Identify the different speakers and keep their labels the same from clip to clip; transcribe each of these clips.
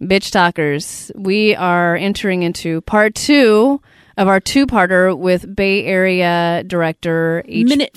Speaker 1: Bitch Talkers. We are entering into part two of our two parter with Bay Area director H-
Speaker 2: Minute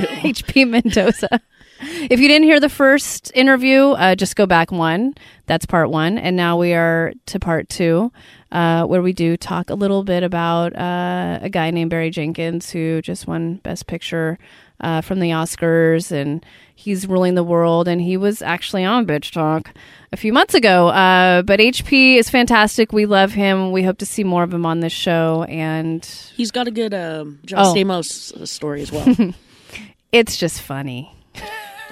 Speaker 1: HP Mendoza. If you didn't hear the first interview, uh, just go back one. That's part one. And now we are to part two, uh, where we do talk a little bit about uh, a guy named Barry Jenkins who just won Best Picture uh, from the Oscars and he's ruling the world. And he was actually on Bitch Talk a few months ago. Uh, but HP is fantastic. We love him. We hope to see more of him on this show. And
Speaker 2: He's got a good um, John
Speaker 1: Oh.
Speaker 2: Stamos uh, story as well.
Speaker 1: it's just funny.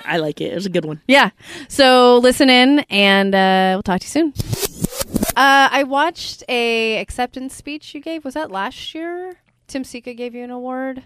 Speaker 2: I like it. It was a good one.
Speaker 1: Yeah. So listen in, and uh, we'll talk to you soon. Uh, I watched a acceptance speech you gave. Was that last year? Tim Sika gave you an award.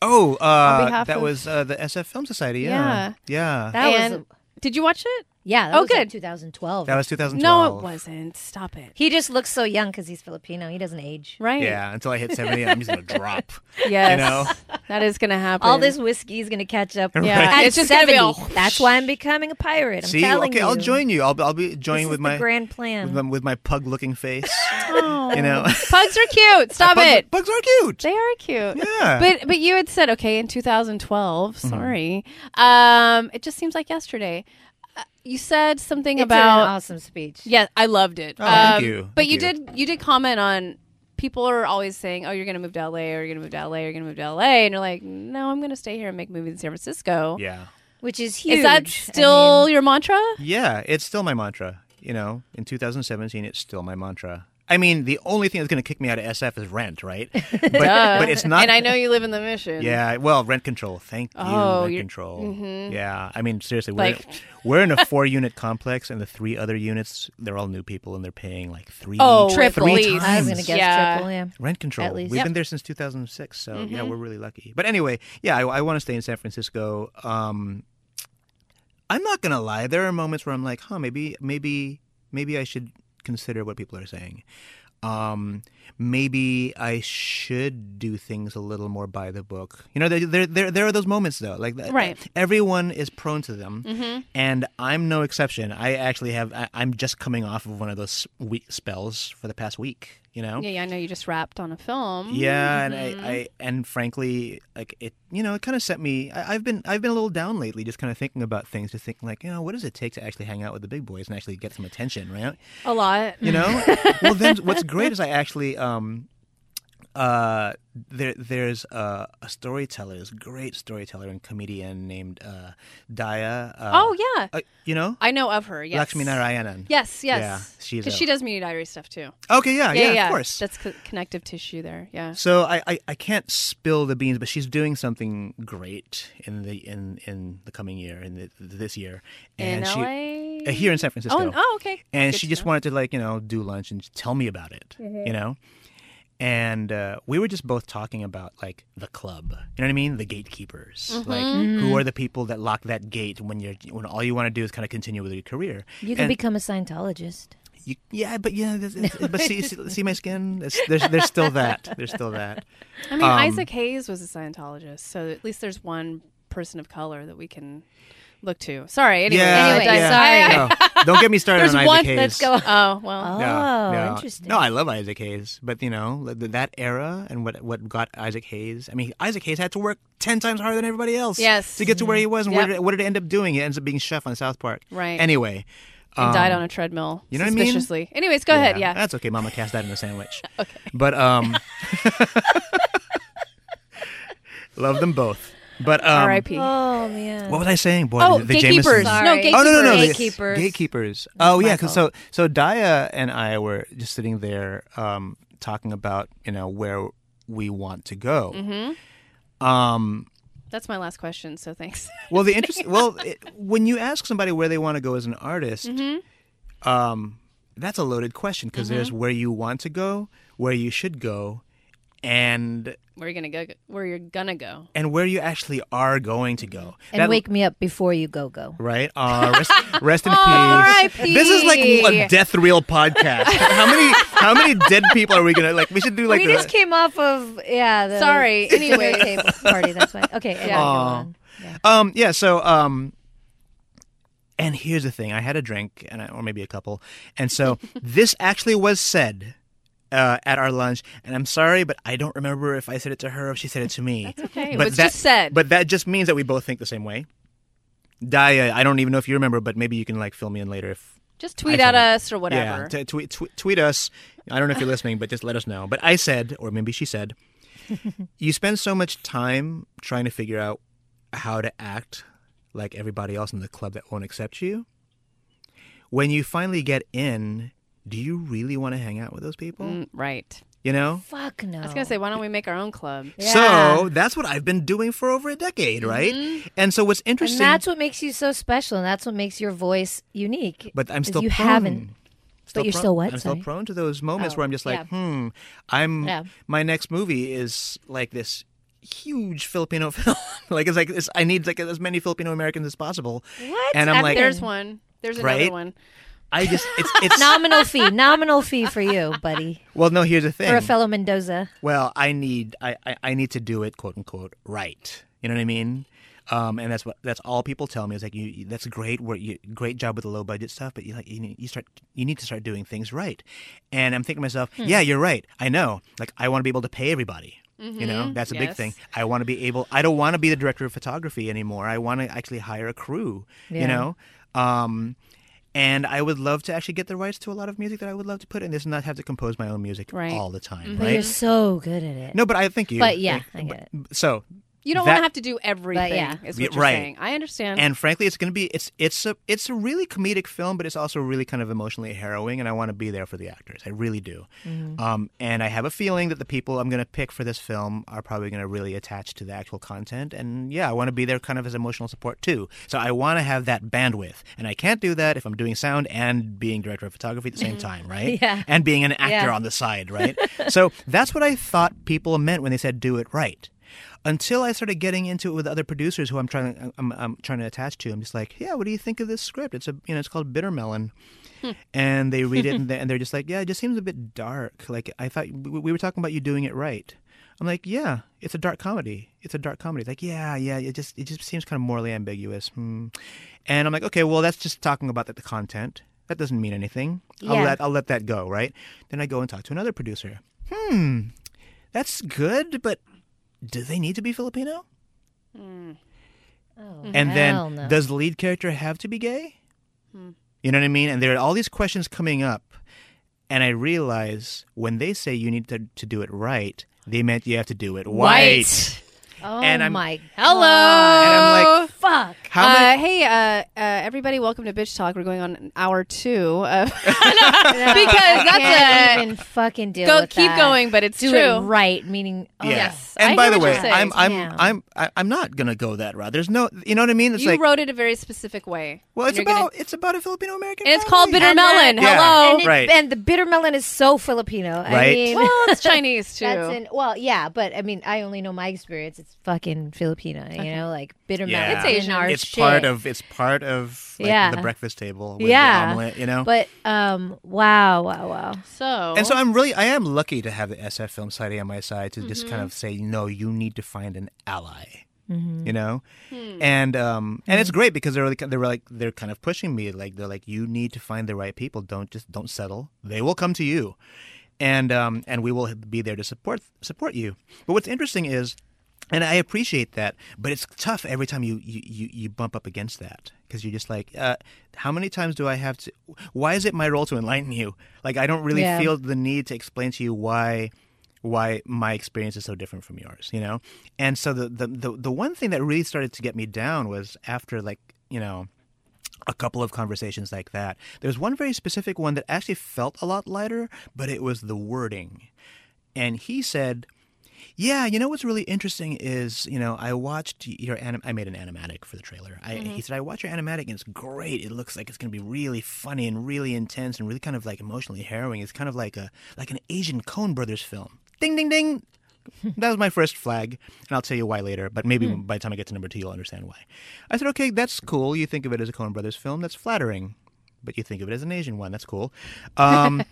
Speaker 3: Oh, uh,
Speaker 1: behalf
Speaker 3: that
Speaker 1: of-
Speaker 3: was uh, the SF Film Society. Yeah, yeah. That,
Speaker 4: That was
Speaker 1: and did you watch it?
Speaker 4: Yeah. That
Speaker 1: Oh,
Speaker 4: was like
Speaker 1: good.
Speaker 4: 2012.
Speaker 3: was 2012.
Speaker 1: No, it wasn't. Stop it.
Speaker 4: He just looks so young because he's Filipino. He doesn't age.
Speaker 1: Right.
Speaker 3: Yeah, until I hit 70, I'm just gonna drop.
Speaker 1: Yes.
Speaker 3: You know,
Speaker 1: That is going to happen.
Speaker 4: All this whiskey is going to catch up.
Speaker 3: Right.
Speaker 1: Yeah.
Speaker 4: At
Speaker 1: It's just gonna
Speaker 4: 70.
Speaker 1: be
Speaker 4: That's why I'm becoming a pirate. I'm
Speaker 3: see,
Speaker 4: telling
Speaker 3: okay,
Speaker 4: you.
Speaker 3: I'll join you. I'll, I'll be
Speaker 4: This
Speaker 3: joining
Speaker 4: is
Speaker 3: with
Speaker 4: the
Speaker 3: my
Speaker 4: grand
Speaker 3: with
Speaker 4: plan.
Speaker 3: my, with my pug looking face. You know,
Speaker 1: Pugs are cute. Oh. Stop
Speaker 3: Bugs-
Speaker 1: it.
Speaker 3: Bugs are cute.
Speaker 1: They are cute.
Speaker 3: Yeah. Mm-hmm.
Speaker 1: But but you had said okay in 2012. Sorry. Um, it just seems like yesterday. Uh, you said something
Speaker 4: It's
Speaker 1: about
Speaker 4: an awesome speech.
Speaker 1: Yeah, I loved it. Um,
Speaker 3: Oh, thank you.
Speaker 1: But
Speaker 3: Thank
Speaker 1: you
Speaker 3: you.
Speaker 1: did you did comment on people are always saying, "Oh, you're going to move to LA, or you're going to move to LA, or you're going to move to LA," and you're like, "No, I'm going to stay here and make movies in San Francisco."
Speaker 3: yeah,
Speaker 4: Which is huge.
Speaker 1: Is that
Speaker 4: I
Speaker 1: still
Speaker 4: mean,
Speaker 1: your mantra?
Speaker 3: yeah. It's still my mantra. You know, in 2017, it's still my mantra. I mean, the only thing that's gonna kick me out of SF is rent, right? But,
Speaker 1: Duh.
Speaker 3: but it's not.
Speaker 1: And I know you live in the Mission.
Speaker 3: Yeah, well, rent control. Thank you,
Speaker 1: Oh,
Speaker 3: rent
Speaker 1: you're- mm-hmm.
Speaker 3: control. Yeah, I mean, seriously, we're,
Speaker 1: Like-
Speaker 3: we're in a four-unit complex, and the three other units, they're all new people, and they're paying like three,
Speaker 1: Oh,
Speaker 3: triple.
Speaker 1: at
Speaker 3: three
Speaker 1: least.
Speaker 4: I
Speaker 3: times.
Speaker 4: was going to guess
Speaker 1: Yeah.
Speaker 4: triple. Yeah.
Speaker 3: Rent control.
Speaker 4: least.
Speaker 3: We've
Speaker 4: Yep. Mm-hmm.
Speaker 3: been there since 2006, so yeah, we're really lucky. But anyway, yeah, I, I want to stay in San Francisco. Um, I'm not gonna lie. There are moments where I'm like, huh, maybe, maybe, maybe I should consider what people are saying. Um, maybe I should do things a little more by the book. You know, there there there, there are those moments though. Like that-
Speaker 1: Right.
Speaker 3: everyone is prone to them,
Speaker 4: Mm.
Speaker 1: Mm-hmm.
Speaker 3: and I'm no exception. I actually have. I, I'm just coming off of one of those week spells for the past week. You know.
Speaker 1: Yeah, yeah, I know you just rapped on a film. Mm-hmm.
Speaker 3: Yeah, and I, I and frankly, like it, you know, it kind of set me. I, I've been I've been a little down lately, just kind of thinking about things, just thinking like, you know, what does it take to actually hang out with the big boys and actually get some attention, right?
Speaker 1: A lot.
Speaker 3: You know.
Speaker 1: Mm-hmm.
Speaker 3: well, then what's great is I actually um, uh, there there's a, a storyteller, this great storyteller and comedian named uh, Daya. Uh,
Speaker 1: Oh yeah.
Speaker 3: uh, you know,
Speaker 1: I know of her. Yes.
Speaker 3: Lakshmi Narayanan.
Speaker 1: Yes, yes.
Speaker 3: Yeah, she's
Speaker 1: Cuz
Speaker 3: a-
Speaker 1: she does Media Diary stuff too.
Speaker 3: Okay, yeah, yeah,
Speaker 1: yeah,
Speaker 3: of course.
Speaker 1: That's co- connective tissue there. Yeah.
Speaker 3: So I, I, I can't spill the beans, but she's doing something great in the in in the coming year in the, this year,
Speaker 1: in
Speaker 3: she
Speaker 1: LA.
Speaker 3: uh, here in San Francisco.
Speaker 1: Oh, oh, okay.
Speaker 3: And
Speaker 1: Good
Speaker 3: she
Speaker 1: to know.
Speaker 3: just
Speaker 1: Mm-hmm.
Speaker 3: wanted to like you know do lunch and tell me about it, you know. And uh, we were just both talking about like the club, you know what I mean? The gatekeepers,
Speaker 1: Mm-hmm.
Speaker 3: like who are the people that lock that gate when you're when all you want to do is kind of continue with your career.
Speaker 4: You can
Speaker 3: And-
Speaker 4: become a Scientologist.
Speaker 3: you, yeah, but yeah, this, it's- but see, see, see my skin. It's, there's, there's still that. There's still that.
Speaker 1: I mean,
Speaker 3: Um,
Speaker 1: Isaac Hayes was a Scientologist, so at least there's one person of color that we can look to. Sorry. Anyway,
Speaker 3: Yeah,
Speaker 1: anyway,
Speaker 4: Anyway,
Speaker 1: I-
Speaker 4: sorry.
Speaker 1: I- I-
Speaker 3: No, don't get me started
Speaker 1: there's
Speaker 3: on Isaac
Speaker 1: one.
Speaker 3: Hayes.
Speaker 1: Let's go. Oh well.
Speaker 4: Oh,
Speaker 3: No, no.
Speaker 4: interesting.
Speaker 3: No, I love Isaac Hayes, but you know th- that era and what what got Isaac Hayes. I mean, Isaac Hayes had to work ten times harder than everybody else.
Speaker 1: Yes.
Speaker 3: to get to where he was, and
Speaker 1: Yep.
Speaker 3: where did, what did it end up doing? It ends up being chef on South Park.
Speaker 1: Right.
Speaker 3: Anyway,
Speaker 1: And died
Speaker 3: um,
Speaker 1: on a treadmill.
Speaker 3: you know what I mean?
Speaker 1: suspiciously. Anyways, go ahead. Yeah.
Speaker 3: That's okay. Mama cast that in a sandwich. okay. But um, love them both. But um,
Speaker 1: R.I.P.
Speaker 4: Oh man.
Speaker 3: What was I saying? Boy,
Speaker 1: Oh,
Speaker 3: the, the
Speaker 1: gatekeepers.
Speaker 3: Jamesons.
Speaker 1: No,
Speaker 4: Sorry.
Speaker 1: gatekeepers.
Speaker 3: Oh no no no! the-
Speaker 4: Gatekeepers.
Speaker 3: Gatekeepers. Oh yeah, 'cause
Speaker 4: my
Speaker 3: so so Daya and I were just sitting there um, talking about you know where we want to go.
Speaker 4: Mm-hmm.
Speaker 3: Um,
Speaker 1: That's my last question. So thanks.
Speaker 3: well, the interest. well, it, when you ask somebody where they want to go as an artist,
Speaker 4: Mm-hmm.
Speaker 3: um, that's a loaded question because there's where you want to go, where you should go, and
Speaker 1: Where you gonna go? Where you're gonna go?
Speaker 3: and where you actually are going to go.
Speaker 4: and
Speaker 3: That-
Speaker 4: wake me up before you go go.
Speaker 3: Right? Uh, rest, rest in
Speaker 1: Oh,
Speaker 3: peace.
Speaker 1: R.I.P..
Speaker 3: This is like a death reel podcast. how many how many dead people are we gonna like? We should do like
Speaker 4: we
Speaker 3: the,
Speaker 4: just came off of yeah. The
Speaker 1: Sorry, anyway.
Speaker 4: dinner table party. That's why. Okay. Yeah.
Speaker 3: um yeah. So um And here's the thing: I had a drink, and I, or maybe a couple, and so this actually was said uh, at our lunch. And I'm sorry, but I don't remember if I said it to her or if she said it to me.
Speaker 1: Okay, it
Speaker 3: but
Speaker 1: was
Speaker 3: that,
Speaker 1: just said.
Speaker 3: But that just means that we both think the same way. Daya, I don't even know if you remember, but maybe you can like fill me in later if
Speaker 1: just tweet
Speaker 3: I
Speaker 1: at
Speaker 3: said
Speaker 1: us or whatever.
Speaker 3: yeah, t- tweet, tweet, tweet us. I don't know if you're listening, but just let us know. But I said, or maybe she said, you spend so much time trying to figure out how to act like everybody else in the club that won't accept you. When you finally get in, do you really want to hang out with those people?
Speaker 1: Mm, right.
Speaker 3: You know?
Speaker 4: Fuck no.
Speaker 1: I was gonna say, why don't we make our own club?
Speaker 3: So that's what I've been doing for over a decade, right? And so what's
Speaker 4: And
Speaker 3: interesting.
Speaker 4: that's what makes you so special, and that's what makes your voice unique.
Speaker 3: but I'm
Speaker 4: is
Speaker 3: still
Speaker 4: you
Speaker 3: prone.
Speaker 4: haven't.
Speaker 3: Still
Speaker 4: you're
Speaker 3: prone-
Speaker 4: still what?
Speaker 3: I'm
Speaker 4: Sorry.
Speaker 3: still prone to those moments
Speaker 4: Oh,
Speaker 3: where I'm just like,
Speaker 4: yeah.
Speaker 3: hmm, I'm
Speaker 4: Yeah.
Speaker 3: my next movie is like this huge Filipino film. like it's like it's, I need like as many Filipino Americans as possible.
Speaker 4: What?
Speaker 3: And I'm
Speaker 4: I
Speaker 3: like,
Speaker 4: mean,
Speaker 1: There's one. There's another
Speaker 3: Right?
Speaker 1: one.
Speaker 3: I just it's it's
Speaker 4: nominal fee, nominal fee for you, buddy,
Speaker 3: well, no. Here's the thing.
Speaker 4: for a fellow Mendoza.
Speaker 3: well, I need I, I I need to do it quote unquote right. You know what I mean? Um, and that's what that's all people tell me is like you, you- that's great work you great job with the low budget stuff but you like you, need- you start you need to start doing things right and I'm thinking to myself
Speaker 1: Hmm.
Speaker 3: yeah you're right I know like I want to be able to pay everybody you know that's a big
Speaker 1: Mm-hmm. yes.
Speaker 3: thing I want to be able I don't want to be the director of photography anymore I want to actually hire a crew you
Speaker 4: Yeah.
Speaker 3: know um, and I would love to actually get the rights to a lot of music that I would love to put in this and not have to compose my own music
Speaker 1: Right. Mm-hmm.
Speaker 3: all the time
Speaker 4: But
Speaker 3: right
Speaker 4: you're so good at it.
Speaker 3: no, but I think you.
Speaker 4: but yeah, I get it.
Speaker 3: So,
Speaker 1: You don't
Speaker 3: That-
Speaker 1: want to have to do everything.
Speaker 4: yeah.
Speaker 1: is what
Speaker 3: Yeah,
Speaker 1: you're
Speaker 3: right.
Speaker 1: saying. I understand.
Speaker 3: and frankly, it's going to be it's it's a it's a really comedic film, but it's also really kind of emotionally harrowing, and I want to be there for the actors. I really do.
Speaker 4: Mm-hmm.
Speaker 3: Um, and I have a feeling that the people I'm going to pick for this film are probably going to really attach to the actual content, and yeah, I want to be there kind of as emotional support too. So I want to have that bandwidth, and I can't do that if I'm doing sound and being director of photography at the same time, right?
Speaker 4: Yeah.
Speaker 3: And being an actor
Speaker 4: Yeah.
Speaker 3: on the side, right? so that's what I thought people meant when they said do it right. Until I started getting into it with other producers who I'm trying to I'm, I'm trying to attach to, I'm just like, yeah, what do you think of this script? It's a you know it's called Bitter Melon, and they read it and, they, and they're just like, yeah, it just seems a bit dark. Like I thought we, we were talking about you doing it right. I'm like, yeah, it's a dark comedy. It's a dark comedy. Like, yeah, yeah, it just it just seems kind of morally ambiguous. Hmm. And I'm like, okay, well, that's just talking about the, the content. That doesn't mean anything. I'll
Speaker 4: Yeah.
Speaker 3: let I'll let that go, right? Then I go and talk to another producer. Hmm, that's good, but do they need to be Filipino?
Speaker 4: Oh,
Speaker 3: And
Speaker 4: hell
Speaker 3: then
Speaker 4: no.
Speaker 3: does the lead character have to be gay? You know what I mean? And there are all these questions coming up. And I realize when they say you need to, to do it right, they meant you have to do it white.
Speaker 4: oh
Speaker 3: and I'm-
Speaker 4: my
Speaker 1: Hello.
Speaker 3: And I'm like,
Speaker 4: fuck.
Speaker 3: how
Speaker 1: uh,
Speaker 3: many?
Speaker 1: hey, uh, uh, everybody, welcome to Bitch Talk. We're going on hour two. Of- because
Speaker 4: Can't
Speaker 1: that's a.
Speaker 4: even fucking deal
Speaker 1: Go,
Speaker 4: with
Speaker 1: keep
Speaker 4: that.
Speaker 1: going, but it's
Speaker 4: Do
Speaker 1: true.
Speaker 4: it right, meaning oh,
Speaker 3: Yeah.
Speaker 1: yes. I
Speaker 3: And
Speaker 1: hear
Speaker 3: by the
Speaker 1: what
Speaker 3: way,
Speaker 1: you're saying.
Speaker 3: I'm I'm,
Speaker 4: Yeah.
Speaker 3: I'm I- I'm not gonna go that route. There's no, you know what I mean? It's
Speaker 1: you
Speaker 3: like,
Speaker 1: wrote it a very specific way.
Speaker 3: well, it's
Speaker 1: And you're gonna-
Speaker 3: about it's about a Filipino American.
Speaker 1: and it's called bitter
Speaker 4: And
Speaker 1: melon.
Speaker 4: that-
Speaker 3: Yeah.
Speaker 1: Hello.
Speaker 4: and, it-
Speaker 3: Right.
Speaker 4: and the bitter melon is so Filipino. I
Speaker 3: Right.
Speaker 4: mean,
Speaker 1: Well, it's Chinese too.
Speaker 4: That's in, well, yeah, but I mean, I only know my experience. It's fucking Filipino, you know, like bitter
Speaker 3: Yeah.
Speaker 4: melon.
Speaker 3: It's
Speaker 4: in
Speaker 1: Asian.
Speaker 4: our
Speaker 3: It's
Speaker 4: shit.
Speaker 3: part of it's part of like,
Speaker 4: Yeah.
Speaker 3: the breakfast table. With
Speaker 4: Yeah.
Speaker 3: the omelet, you know.
Speaker 4: But um, wow, wow, wow.
Speaker 1: so.
Speaker 3: And so I'm really, I am lucky to have the SF Film Society on my side to just kind of say, no, you need to find an ally. You know, and um, and it's great because they're like, they're like they're kind of pushing me like they're like you need to find the right people. Don't just don't settle. They will come to you, and um, and we will be there to support support you. But what's interesting is, and I appreciate that, but it's tough every time you you you, you bump up against that because you're just like, uh, how many times do I have to? Why is it my role to enlighten you? Like I don't really
Speaker 4: Yeah.
Speaker 3: feel the need to explain to you why why my experience is so different from yours you know and so the the the, the one thing that really started to get me down was after like you know a couple of conversations like that there's one very specific one that actually felt a lot lighter but it was the wording and he said yeah, you know what's really interesting is, you know, I watched your anim- I made an animatic for the trailer. I, He said, I watched your animatic and it's great. It looks like it's going to be really funny and really intense and really kind of like emotionally harrowing. It's kind of like a like an Asian Coen Brothers film. Ding, ding, ding. that was my first flag, and I'll tell you why later. But maybe
Speaker 4: Hmm.
Speaker 3: by the time I get to number two, you'll understand why. I said, okay, that's cool. You think of it as a Coen Brothers film. That's flattering, but you think of it as an Asian one. That's cool. Um,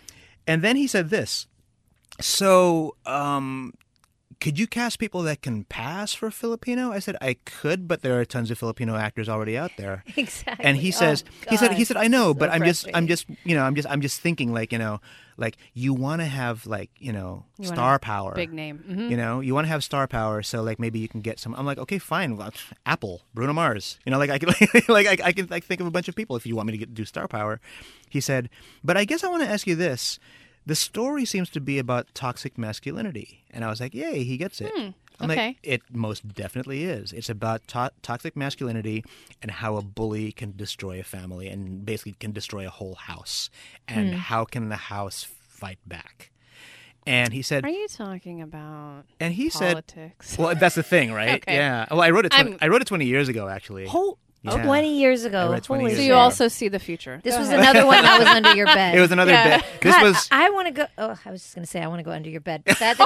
Speaker 3: and then he said this. So, um, could you cast people that can pass for Filipino? I said, I could, but there are tons of Filipino actors already out there.
Speaker 4: Exactly.
Speaker 3: And he
Speaker 4: Oh,
Speaker 3: says, he said, he
Speaker 4: God.
Speaker 3: said, I know,
Speaker 4: So
Speaker 3: but I'm just, I'm
Speaker 4: frustrating.
Speaker 3: just, you know, I'm just, I'm just thinking like, you know, like you want to have like, you know,
Speaker 1: wanna
Speaker 3: star power,
Speaker 1: Big name. Mhm.
Speaker 3: you know, you want to have star power. So like maybe you can get some. I'm like, okay, fine. Well, Apple, Bruno Mars. You know, like I can like, I, I can like think of a bunch of people if you want me to get, do star power. He said, but I guess I want to ask you this. The story seems to be about toxic masculinity, and I was like, yay, he gets it. I'm like,
Speaker 1: Hmm, okay.
Speaker 3: it most definitely is. It's about to- toxic masculinity and how a bully can destroy a family and basically can destroy a whole house, and
Speaker 1: Hmm.
Speaker 3: how can the house fight back? And he said,
Speaker 1: Are you talking about
Speaker 3: and he said,
Speaker 1: politics?
Speaker 3: well, that's the thing, right?
Speaker 1: Okay.
Speaker 3: Yeah. Well, I wrote it. 20,
Speaker 1: I'm-
Speaker 3: I wrote it 20 years ago, actually.
Speaker 4: Whole
Speaker 3: Yeah.
Speaker 4: 20 Oh, years ago.
Speaker 3: I read 20
Speaker 4: Holy
Speaker 3: years
Speaker 1: so
Speaker 4: shit.
Speaker 1: you
Speaker 3: ago.
Speaker 1: also see the future.
Speaker 4: This
Speaker 1: Go
Speaker 4: was
Speaker 1: ahead.
Speaker 4: another one that was under your bed.
Speaker 3: It was another
Speaker 1: Yeah.
Speaker 3: bit. This
Speaker 4: God,
Speaker 3: was.
Speaker 4: I want to go. Oh, I was just gonna say I want to go under your bed. But that,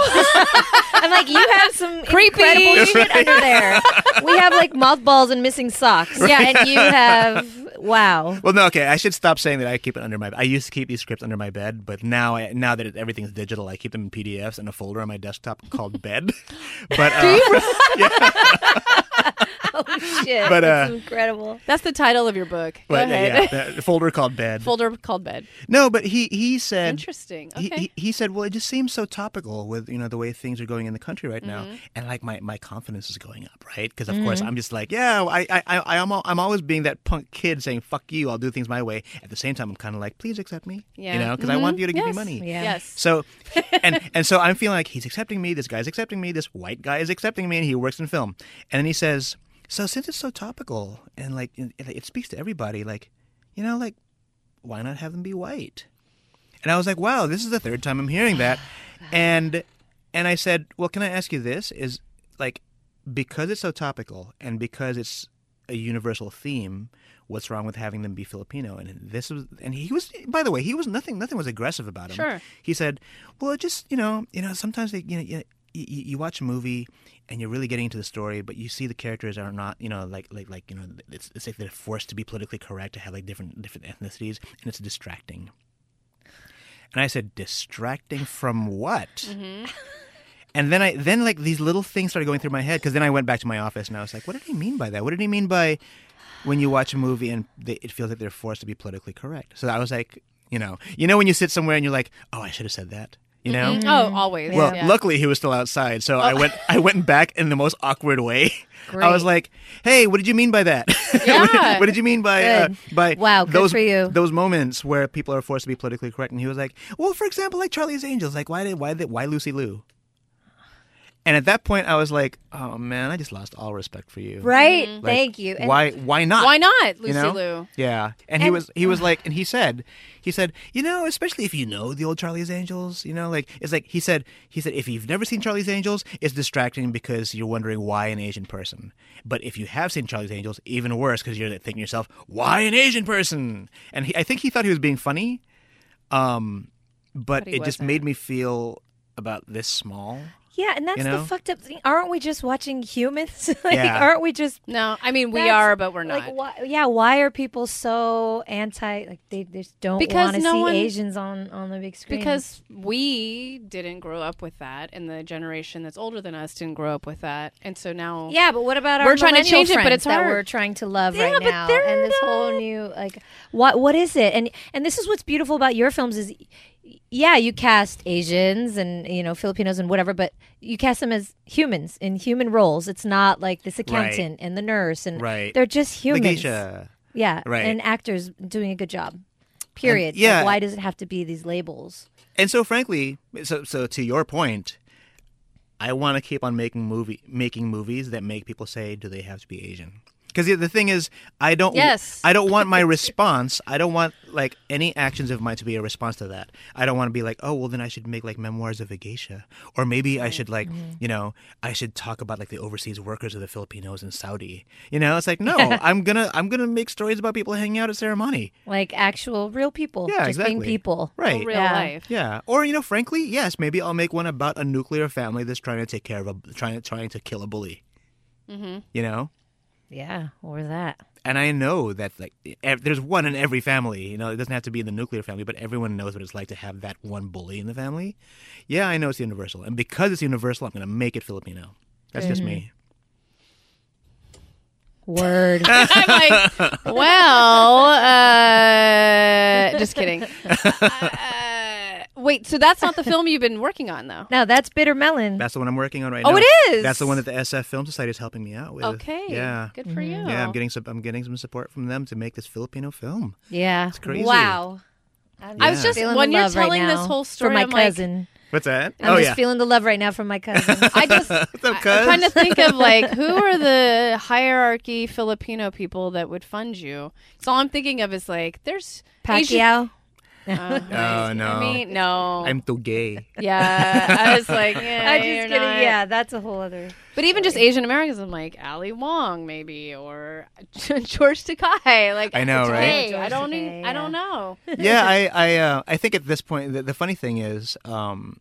Speaker 4: I'm like, you have some
Speaker 1: Creepy.
Speaker 4: incredible shit under there. We have like mothballs and missing socks. Yeah, and you have wow.
Speaker 3: Well, no, okay. I should stop saying that I keep it under my. I used to keep these scripts under my bed, but now, I, now that it, everything's digital, I keep them in PDFs in a folder on my desktop called Bed. But uh,
Speaker 4: Holy shit,
Speaker 3: But,
Speaker 4: that's
Speaker 3: uh,
Speaker 4: incredible.
Speaker 1: That's the title of your book. Go
Speaker 3: but uh,
Speaker 1: ahead.
Speaker 3: yeah, the folder called Bed.
Speaker 1: Folder called bed.
Speaker 3: no, but he he said.
Speaker 1: Interesting.
Speaker 3: he,
Speaker 1: Okay.
Speaker 3: he, he said, "Well, it just seems so topical with you know the way things are going in the country right
Speaker 1: Mm-hmm.
Speaker 3: now, and like my, my confidence is going up, right? Because of course I'm just like, yeah, I I I am I'm always being that punk kid saying fuck you, I'll do things my way. At the same time, I'm kind of like, please accept me, you
Speaker 1: Yeah. Mm-hmm.
Speaker 3: know, because I want you to give me
Speaker 1: Yes.
Speaker 3: money,
Speaker 4: Yeah.
Speaker 1: Yes.
Speaker 3: so, and and so I'm feeling like he's accepting me. This guy's accepting me. This white guy is accepting me, and he works in film. And then he says, "So since it's so topical and like it, it speaks to everybody, like, you know, like, why not have them be white?" And I was like, "Wow, this is the third time I'm hearing that," and and I said, "Well, can I ask you this? Is like because it's so topical and because it's a universal theme." What's wrong with having them be Filipino? And this was, and he was. By the way, he was nothing. Nothing was aggressive about him
Speaker 1: Sure.
Speaker 3: he said, "Well, it just you know, you know, sometimes they, you know, you, you, you watch a movie and you're really getting into the story, but you see the characters are not, you know, like like like you know, it's, it's like they're forced to be politically correct to have like different different ethnicities, and it's distracting." And I said, "Distracting from what?" And then I then like these little things started going through my head because then I went back to my office and I was like, "What did he mean by that? What did he mean by?" when you watch a movie and they, it feels like they're forced to be politically correct. So I was like, you know, you know when you sit somewhere and you're like, oh, I should have said that, you know.
Speaker 1: Oh, always.
Speaker 3: Well,
Speaker 1: yeah.
Speaker 3: luckily he was still outside, so I went. I went back in the most awkward way. I was
Speaker 4: Oh. Great.
Speaker 3: like, "Hey, what did you mean by that?
Speaker 1: Yeah.
Speaker 3: what did you mean by uh,
Speaker 4: Good.
Speaker 3: by
Speaker 4: Wow, good
Speaker 3: those
Speaker 4: for you.
Speaker 3: those moments where people are forced to be politically correct?" And he was like, "Well, for example, like Charlie's Angels, like why did why did why Lucy Liu?" And at that point, I was like, "Oh man, I just lost all respect for you."
Speaker 4: Right?
Speaker 3: Like,
Speaker 4: Thank you. And
Speaker 3: why why not?
Speaker 1: Why not, Lucy
Speaker 3: you know?
Speaker 1: Lou?
Speaker 3: Yeah, and, he was he was like, and he said, he said, you know, especially if you know the old Charlie's Angels, you know, like it's like he said, he said, if you've never seen Charlie's Angels, it's distracting because you're wondering why an Asian person. But if you have seen Charlie's Angels, even worse because you're thinking to yourself, why an Asian person? And he, I think he thought he was being funny, um, but,
Speaker 1: But
Speaker 3: it
Speaker 1: he
Speaker 3: just
Speaker 1: wasn't.
Speaker 3: made me feel about this small.
Speaker 4: yeah, and that's
Speaker 3: You know?
Speaker 4: the fucked up thing. Aren't we just watching humans? like,
Speaker 3: Yeah.
Speaker 4: aren't we just
Speaker 1: No, I mean we
Speaker 4: That's-
Speaker 1: are, but we're not.
Speaker 4: like why, yeah why are people so anti like they, they just don't
Speaker 1: Because
Speaker 4: want to
Speaker 1: no
Speaker 4: see
Speaker 1: one-
Speaker 4: asians on on the big screen
Speaker 1: because we didn't grow up with that, and the generation that's older than us didn't grow up with that, and so now
Speaker 4: yeah but what about our
Speaker 1: We're trying to
Speaker 4: millennial
Speaker 1: change it, but
Speaker 4: friends
Speaker 1: it's
Speaker 4: that
Speaker 1: hard.
Speaker 4: we're trying to love
Speaker 1: Yeah,
Speaker 4: right
Speaker 1: but
Speaker 4: now
Speaker 1: they're
Speaker 4: and this whole new like what what is it and and this is what's beautiful about your films is yeah you cast asians and you know filipinos and whatever but you cast them as humans in human roles it's not like this accountant and the nurse and
Speaker 3: Right.
Speaker 4: they're just
Speaker 3: The
Speaker 4: humans
Speaker 3: geisha.
Speaker 4: Yeah.
Speaker 3: Right.
Speaker 4: And actors doing a good job. Period.
Speaker 3: yeah.
Speaker 4: Like, why does it have to be these labels?
Speaker 3: And so, frankly, so so to your point, I want to keep on making movie making movies that make people say, "Do they have to be Asian?" Because the, the thing is, I don't.
Speaker 1: Yes.
Speaker 3: I don't want my response. I don't want like any actions of mine to be a response to that. I don't want to be like, "Oh, well, then I should make like memoirs of a geisha," or maybe I should like, you know, I should talk about like the overseas workers of the Filipinos in Saudi. You know, it's like, no, I'm gonna I'm gonna make stories about people hanging out at ceremony.
Speaker 4: Like actual real people.
Speaker 3: Yeah,
Speaker 4: just being
Speaker 3: exactly.
Speaker 4: people.
Speaker 3: Right.
Speaker 1: real
Speaker 4: Yeah.
Speaker 1: life.
Speaker 3: Yeah, or you know, frankly, yes, maybe I'll make one about a nuclear family that's trying to take care of a trying trying to kill a bully. Mm-hmm. You know,
Speaker 4: Yeah, or that.
Speaker 3: and I know that like ev- there's one in every family. You know, it doesn't have to be in the nuclear family, but everyone knows what it's like to have that one bully in the family. Yeah, I know it's universal, and because it's universal, I'm gonna make it Filipino. That's just
Speaker 1: Mm-hmm.
Speaker 3: me.
Speaker 4: Word.
Speaker 1: I'm like, well, uh, just kidding. Uh, wait, so that's not the film you've been working on, though.
Speaker 4: now that's bitter melon.
Speaker 3: That's the one I'm working on right
Speaker 1: Oh,
Speaker 3: now.
Speaker 1: it is?
Speaker 3: That's the one that the SF Film Society is helping me out with.
Speaker 1: Okay.
Speaker 3: Yeah.
Speaker 1: Good for you.
Speaker 3: Yeah, I'm getting some. I'm getting some support from them to make this Filipino film.
Speaker 4: yeah.
Speaker 3: It's crazy.
Speaker 4: Wow.
Speaker 1: I was
Speaker 3: Yeah.
Speaker 1: just
Speaker 4: Feeling the
Speaker 1: when you're
Speaker 4: love right
Speaker 1: telling this
Speaker 4: now
Speaker 1: whole story,
Speaker 4: from my
Speaker 1: I'm like,
Speaker 4: cousin.
Speaker 3: What's that?
Speaker 4: I'm
Speaker 3: oh
Speaker 4: just
Speaker 3: yeah.
Speaker 4: feeling the love right now from my cousin.
Speaker 1: I just
Speaker 3: What's up,
Speaker 1: I'm trying to
Speaker 3: cuz?
Speaker 1: think of like who are the hierarchy Filipino people that would fund you. So all I'm thinking of is like there's Asian-
Speaker 4: Pacquiao.
Speaker 1: Uh,
Speaker 3: Oh,
Speaker 1: I
Speaker 3: no.
Speaker 1: mean, no.
Speaker 3: I'm too gay.
Speaker 1: yeah, I was like, yeah,
Speaker 4: I'm just
Speaker 1: you're
Speaker 4: kidding.
Speaker 1: not.
Speaker 4: Yeah, that's a whole other.
Speaker 1: But even just Asian Americans, I'm like Ali Wong maybe or George Takei. Like
Speaker 3: I know, right?
Speaker 1: hey,
Speaker 4: George
Speaker 1: I don't,
Speaker 4: Takei,
Speaker 1: even-
Speaker 4: yeah.
Speaker 1: I don't know.
Speaker 3: yeah, I I, uh, I think at this point the, the funny thing is, um,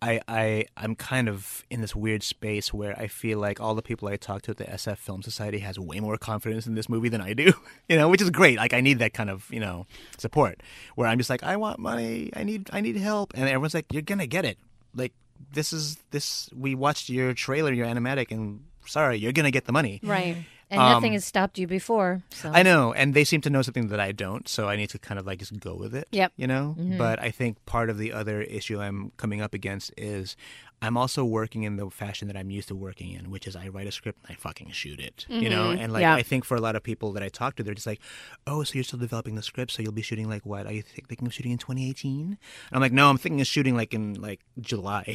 Speaker 3: I I I'm kind of in this weird space where I feel like all the people I talk to at the SF Film Society has way more confidence in this movie than I do. You know, which is great. Like I need that kind of you know support where I'm just like I want money, I need I need help, and everyone's like you're gonna get it. Like this is this we watched your trailer, your animatic, and sorry, you're gonna get the money.
Speaker 1: Right.
Speaker 4: And nothing has stopped you before. So
Speaker 3: Um, I know, and they seem to know something that I don't, so I need to kind of like just go with it.
Speaker 1: Yep. Mm-hmm.
Speaker 3: You know, but I think part of the other issue I'm coming up against is I'm also working in the fashion that I'm used to working in, which is I write a script and I fucking shoot it. You know, and like
Speaker 1: Yeah.
Speaker 3: I think for a lot of people that I talk to, they're just like, "Oh, so you're still developing the script? So you'll be shooting like what? Are you thi- thinking of shooting in 2018?" And I'm like, "No, I'm thinking of shooting like in like July."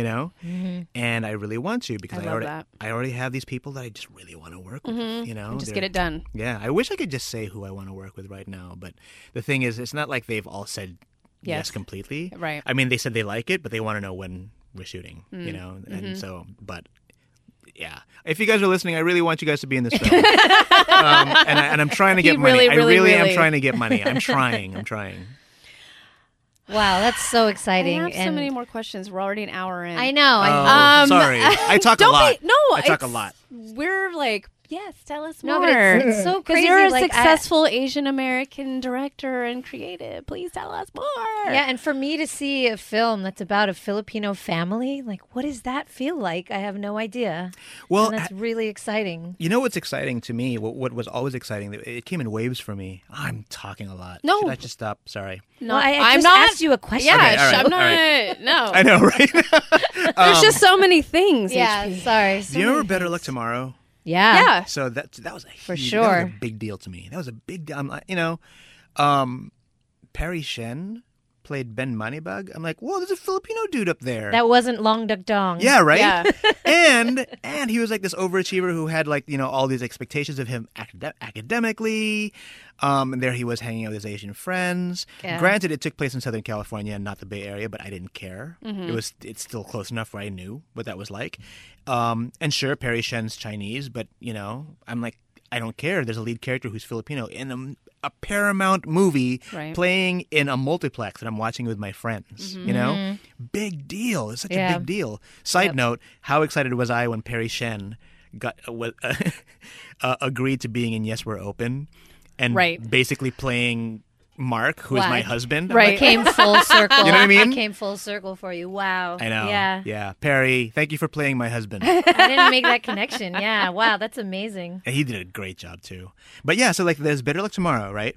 Speaker 3: You know, and I really want to because
Speaker 1: Mm-hmm. I
Speaker 3: I,
Speaker 1: love
Speaker 3: already
Speaker 1: that. Mm-hmm.
Speaker 3: I already have these people that I just really want to work with. You know,
Speaker 1: Just
Speaker 3: They're-
Speaker 1: get it done.
Speaker 3: yeah, I wish I could just say who I want to work with right now, but the thing is, it's not like they've all said yes,
Speaker 1: Yes.
Speaker 3: completely.
Speaker 1: Right. Mm.
Speaker 3: I mean, they said they like it, but they want to know when we're shooting, you know? And
Speaker 1: Mm-hmm.
Speaker 3: so, but yeah. If you guys are listening, I really want you guys to be in this film. um, and, I, and I'm trying to
Speaker 1: He
Speaker 3: get money.
Speaker 1: really,
Speaker 3: I
Speaker 1: really,
Speaker 3: really,
Speaker 1: really-
Speaker 3: am trying to get money. I'm trying. I'm trying.
Speaker 4: wow, that's so
Speaker 1: I
Speaker 4: exciting.
Speaker 1: have so
Speaker 4: and
Speaker 1: many more questions. We're already an hour in.
Speaker 4: I know.
Speaker 3: Oh,
Speaker 4: I,
Speaker 1: Um,
Speaker 3: sorry. I talk a
Speaker 1: don't
Speaker 3: lot.
Speaker 1: Be, no,
Speaker 3: I talk a
Speaker 1: it's-
Speaker 3: lot.
Speaker 1: We're like, yes, tell us
Speaker 4: no,
Speaker 1: more.
Speaker 4: but it's, it's so
Speaker 1: because
Speaker 4: crazy.
Speaker 1: you're a
Speaker 4: like, I-
Speaker 1: successful Asian American director and creative. Please tell us more.
Speaker 4: yeah, and for me to see a film that's about a Filipino family, like what does that feel like? I have no idea.
Speaker 3: Well,
Speaker 4: and that's really exciting.
Speaker 3: You know what's exciting to me? What, what was always exciting? It came in waves for me. I'm talking a lot.
Speaker 1: No.
Speaker 3: Should I just stop? Sorry.
Speaker 1: No,
Speaker 4: well, I, I
Speaker 1: am
Speaker 4: just
Speaker 1: not.
Speaker 4: asked you a question.
Speaker 1: yeah,
Speaker 3: Okay, all
Speaker 1: sh-
Speaker 3: right,
Speaker 1: I'm not.
Speaker 3: all
Speaker 1: No,
Speaker 3: I know, right?
Speaker 1: Oh.
Speaker 3: Um,
Speaker 1: there's just so many things.
Speaker 4: Yeah,
Speaker 1: HP.
Speaker 4: sorry.
Speaker 3: Do you remember Better Luck Tomorrow?
Speaker 4: Yeah.
Speaker 1: yeah.
Speaker 3: So that that was a for
Speaker 4: sure.
Speaker 3: big deal to me. That was a big deal. I'm like, you know, um, Perry Shen played Ben Moneybug. I'm like, whoa, there's a Filipino dude up there.
Speaker 4: That wasn't Long Duck Dong.
Speaker 3: yeah, right.
Speaker 1: Yeah.
Speaker 3: and and he was like this overachiever who had like you know all these expectations of him acad- academically. Um, and there he was hanging out with his Asian friends.
Speaker 4: Yeah.
Speaker 3: Granted, it took place in Southern California and not the Bay Area, but I didn't care.
Speaker 4: Mm-hmm.
Speaker 3: It was it's still close enough where I knew what that was like. Um, and sure, Perry Shen's Chinese, but you know I'm like I don't care. There's a lead character who's Filipino in a, a Paramount movie
Speaker 1: Right.
Speaker 3: playing in a multiplex that I'm watching with my friends. You know,
Speaker 1: Mm-hmm.
Speaker 3: big deal. It's such
Speaker 4: Yeah.
Speaker 3: a big deal. Side note: How excited was I when Perry Shen got uh, wa- uh, agreed to being in Yes We're Open, and
Speaker 1: Right.
Speaker 3: basically playing Mark, who is my
Speaker 4: Wow.
Speaker 3: husband. I'm
Speaker 1: Right.
Speaker 3: like,
Speaker 4: Came full circle.
Speaker 3: You know what I mean?
Speaker 4: came full circle for you. Wow.
Speaker 3: I know.
Speaker 4: Yeah.
Speaker 3: Yeah. Perry, thank you for playing my husband.
Speaker 4: I didn't make that connection. Yeah. Wow. That's amazing.
Speaker 3: And he did a great job too. But yeah, so like there's Better Luck Tomorrow, right?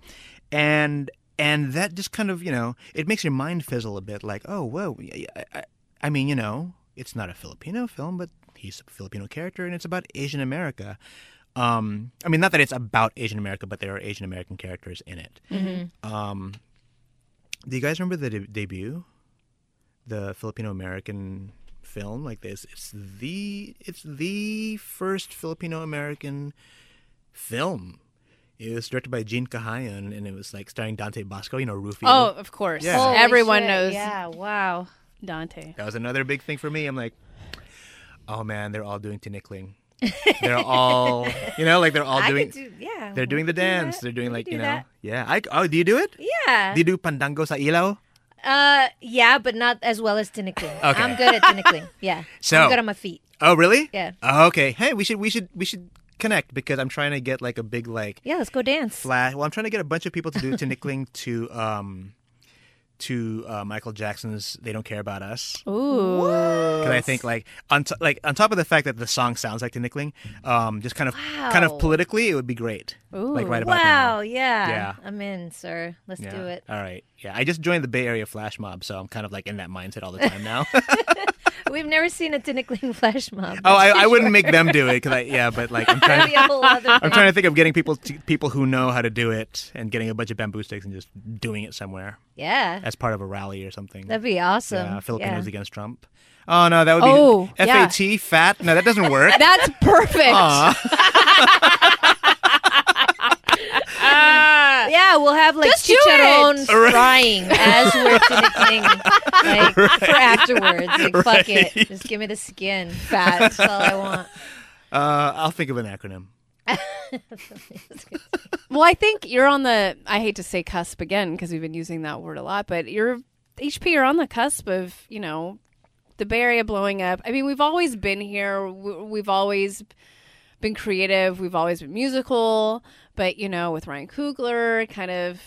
Speaker 3: And and that just kind of you know it makes your mind fizzle a bit. Like oh whoa, yeah, yeah, I, I- I mean you know it's not a Filipino film, but he's a Filipino character, and it's about Asian America. Um, I mean, not that it's about Asian America, but there are Asian American characters in it. Um, do you guys remember the de- debut, the Filipino American film? Like this, it's the it's the first Filipino American film. It was directed by Gene Kahayan, and it was like starring Dante Bosco. You know, Rufio.
Speaker 1: Oh, of course.
Speaker 3: Yeah.
Speaker 4: Holy
Speaker 1: Everyone
Speaker 4: shit.
Speaker 1: knows
Speaker 4: Yeah. Wow.
Speaker 1: Dante.
Speaker 3: that was another big thing for me. I'm like, oh man, they're all doing tinikling. They're all, you know, like they're all
Speaker 4: I
Speaker 3: doing.
Speaker 4: could do. Yeah.
Speaker 3: they're doing the
Speaker 4: do
Speaker 3: dance.
Speaker 4: that.
Speaker 3: they're doing
Speaker 4: I
Speaker 3: like
Speaker 4: could
Speaker 3: you
Speaker 4: do
Speaker 3: know,
Speaker 4: that.
Speaker 3: yeah. I, oh, do you do it?
Speaker 4: Yeah.
Speaker 3: Do you do pandango sa ilaw?
Speaker 4: Uh, yeah, but not as well as tinikling.
Speaker 3: Okay.
Speaker 4: I'm good at tinikling. Yeah.
Speaker 3: So-
Speaker 4: I'm good on my feet.
Speaker 3: Oh, really?
Speaker 4: Yeah.
Speaker 3: Oh, okay. Hey, we should we should we should connect because I'm trying to get like a big like
Speaker 4: Yeah, let's go dance.
Speaker 3: flash. Well, I'm trying to get a bunch of people to do to Nickling to um to uh, Michael Jackson's "They Don't Care About Us"
Speaker 1: Ooh.
Speaker 3: because I think like on t- like on top of the fact that the song sounds like the Nickling, um, just kind of kind
Speaker 4: Wow.
Speaker 3: of politically it would be great. Like
Speaker 1: Ooh.
Speaker 3: right about now.
Speaker 4: Wow, yeah.
Speaker 3: Yeah.
Speaker 4: I'm in, sir. Let's
Speaker 3: Yeah.
Speaker 4: do it.
Speaker 3: All right. Yeah, I just joined the Bay Area flash mob, so I'm kind of like in that mindset all the time now.
Speaker 4: We've never seen a Dinnikling flash mob.
Speaker 3: oh, I, I wouldn't make them do it because I yeah, but like I'm trying.
Speaker 4: That'd be a whole other
Speaker 3: I'm
Speaker 4: thing.
Speaker 3: trying to think of getting people to, people who know how to do it and getting a bunch of bamboo sticks and just doing it somewhere
Speaker 4: Yeah.
Speaker 3: as part of a rally or something.
Speaker 4: That'd be awesome.
Speaker 3: yeah, Filipinos
Speaker 4: Yeah.
Speaker 3: against Trump. Oh no, that would be
Speaker 1: Oh, yeah.
Speaker 3: FAT fat. No, that doesn't work.
Speaker 1: That's perfect.
Speaker 3: Aw.
Speaker 4: Yeah, we'll have like
Speaker 1: Just do
Speaker 4: chicharron
Speaker 1: it.
Speaker 4: frying as we're finishing like for afterwards. Like fuck it, just give me the skin fat. That's all I want.
Speaker 3: Uh, I'll think of an acronym.
Speaker 1: Well, I think you're on the. I hate to say cusp again because we've been using that word a lot, but you're HP. You're on the cusp of you know the Bay Area blowing up. I mean, we've always been here. W- We've always been creative. We've always been musical. But you know, with Ryan Coogler, kind of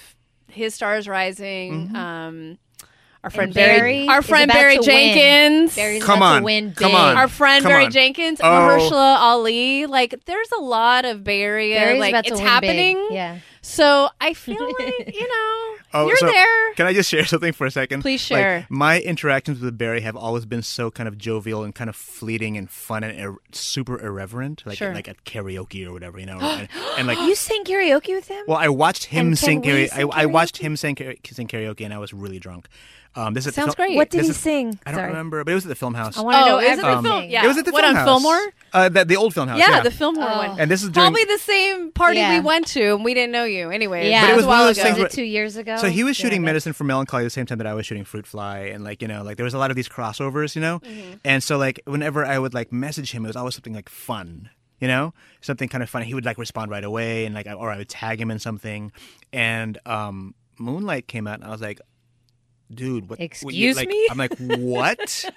Speaker 1: his stars rising.
Speaker 3: Mm-hmm.
Speaker 1: Um, our friend Barry,
Speaker 4: Barry
Speaker 1: our
Speaker 4: is
Speaker 1: friend
Speaker 4: about
Speaker 1: Barry
Speaker 4: to win.
Speaker 1: Jenkins,
Speaker 4: Barry's
Speaker 3: Come
Speaker 4: about
Speaker 3: on,
Speaker 4: to win
Speaker 3: come
Speaker 4: big.
Speaker 3: on.
Speaker 1: our friend
Speaker 3: Come
Speaker 1: Barry
Speaker 3: on.
Speaker 1: Jenkins,
Speaker 3: Oh.
Speaker 1: Mahershala Ali. Like, there's a lot of Bay Area.
Speaker 4: Barry's
Speaker 1: like,
Speaker 4: about to
Speaker 1: it's
Speaker 4: win big.
Speaker 1: happening.
Speaker 4: Yeah,
Speaker 1: So I feel like, you know,
Speaker 3: Oh,
Speaker 1: you're
Speaker 3: so
Speaker 1: there.
Speaker 3: Can I just share something for a second?
Speaker 1: Please
Speaker 3: Like,
Speaker 1: share.
Speaker 3: my interactions with Barry have always been so kind of jovial and kind of fleeting and fun and ir- super irreverent, like
Speaker 1: Sure.
Speaker 3: like at karaoke or whatever, you know. and, and like
Speaker 4: you sang karaoke with him.
Speaker 3: Well, I watched him
Speaker 4: And
Speaker 3: sing,
Speaker 4: can we
Speaker 3: karaoke.
Speaker 4: sing
Speaker 3: I, I watched him sing, kara- sing karaoke, and I was really drunk. Um, this is
Speaker 1: Sounds
Speaker 3: at the fil-
Speaker 1: great.
Speaker 4: what did
Speaker 3: this
Speaker 4: he
Speaker 3: is-
Speaker 4: sing?
Speaker 3: I don't
Speaker 4: Sorry.
Speaker 3: remember, but it was at the film house. Um,
Speaker 4: I want to know
Speaker 1: Oh, is it the
Speaker 4: everything.
Speaker 1: film? Yeah.
Speaker 3: It was at the
Speaker 1: What, on
Speaker 3: film house.
Speaker 1: Fillmore?
Speaker 3: Uh, the, the old film house.
Speaker 1: Yeah,
Speaker 3: Yeah,
Speaker 1: the Fillmore
Speaker 4: Oh.
Speaker 1: one.
Speaker 3: and this is during.
Speaker 1: Probably the same party
Speaker 4: Yeah.
Speaker 1: we went to and we didn't know you. Anyway,
Speaker 4: Yeah.
Speaker 1: that
Speaker 4: But it
Speaker 1: was
Speaker 4: was
Speaker 1: a
Speaker 3: one of
Speaker 1: while
Speaker 3: those
Speaker 1: ago.
Speaker 3: things
Speaker 4: Was
Speaker 3: where-
Speaker 4: it two years ago?
Speaker 3: so he was
Speaker 4: Yeah,
Speaker 3: shooting
Speaker 4: that-
Speaker 3: medicine for melancholy the same time that I was shooting Fruit Fly, and like you know, like there was a lot of these crossovers, you know.
Speaker 4: Mm-hmm.
Speaker 3: And so like whenever I would like message him, it was always something like fun, you know, something kind of funny. He would like respond right away, and like I- or I would tag him in something. And um, Moonlight came out, and I was like, dude, what? what you-
Speaker 4: Excuse
Speaker 3: like-
Speaker 4: me?
Speaker 3: I'm like, what?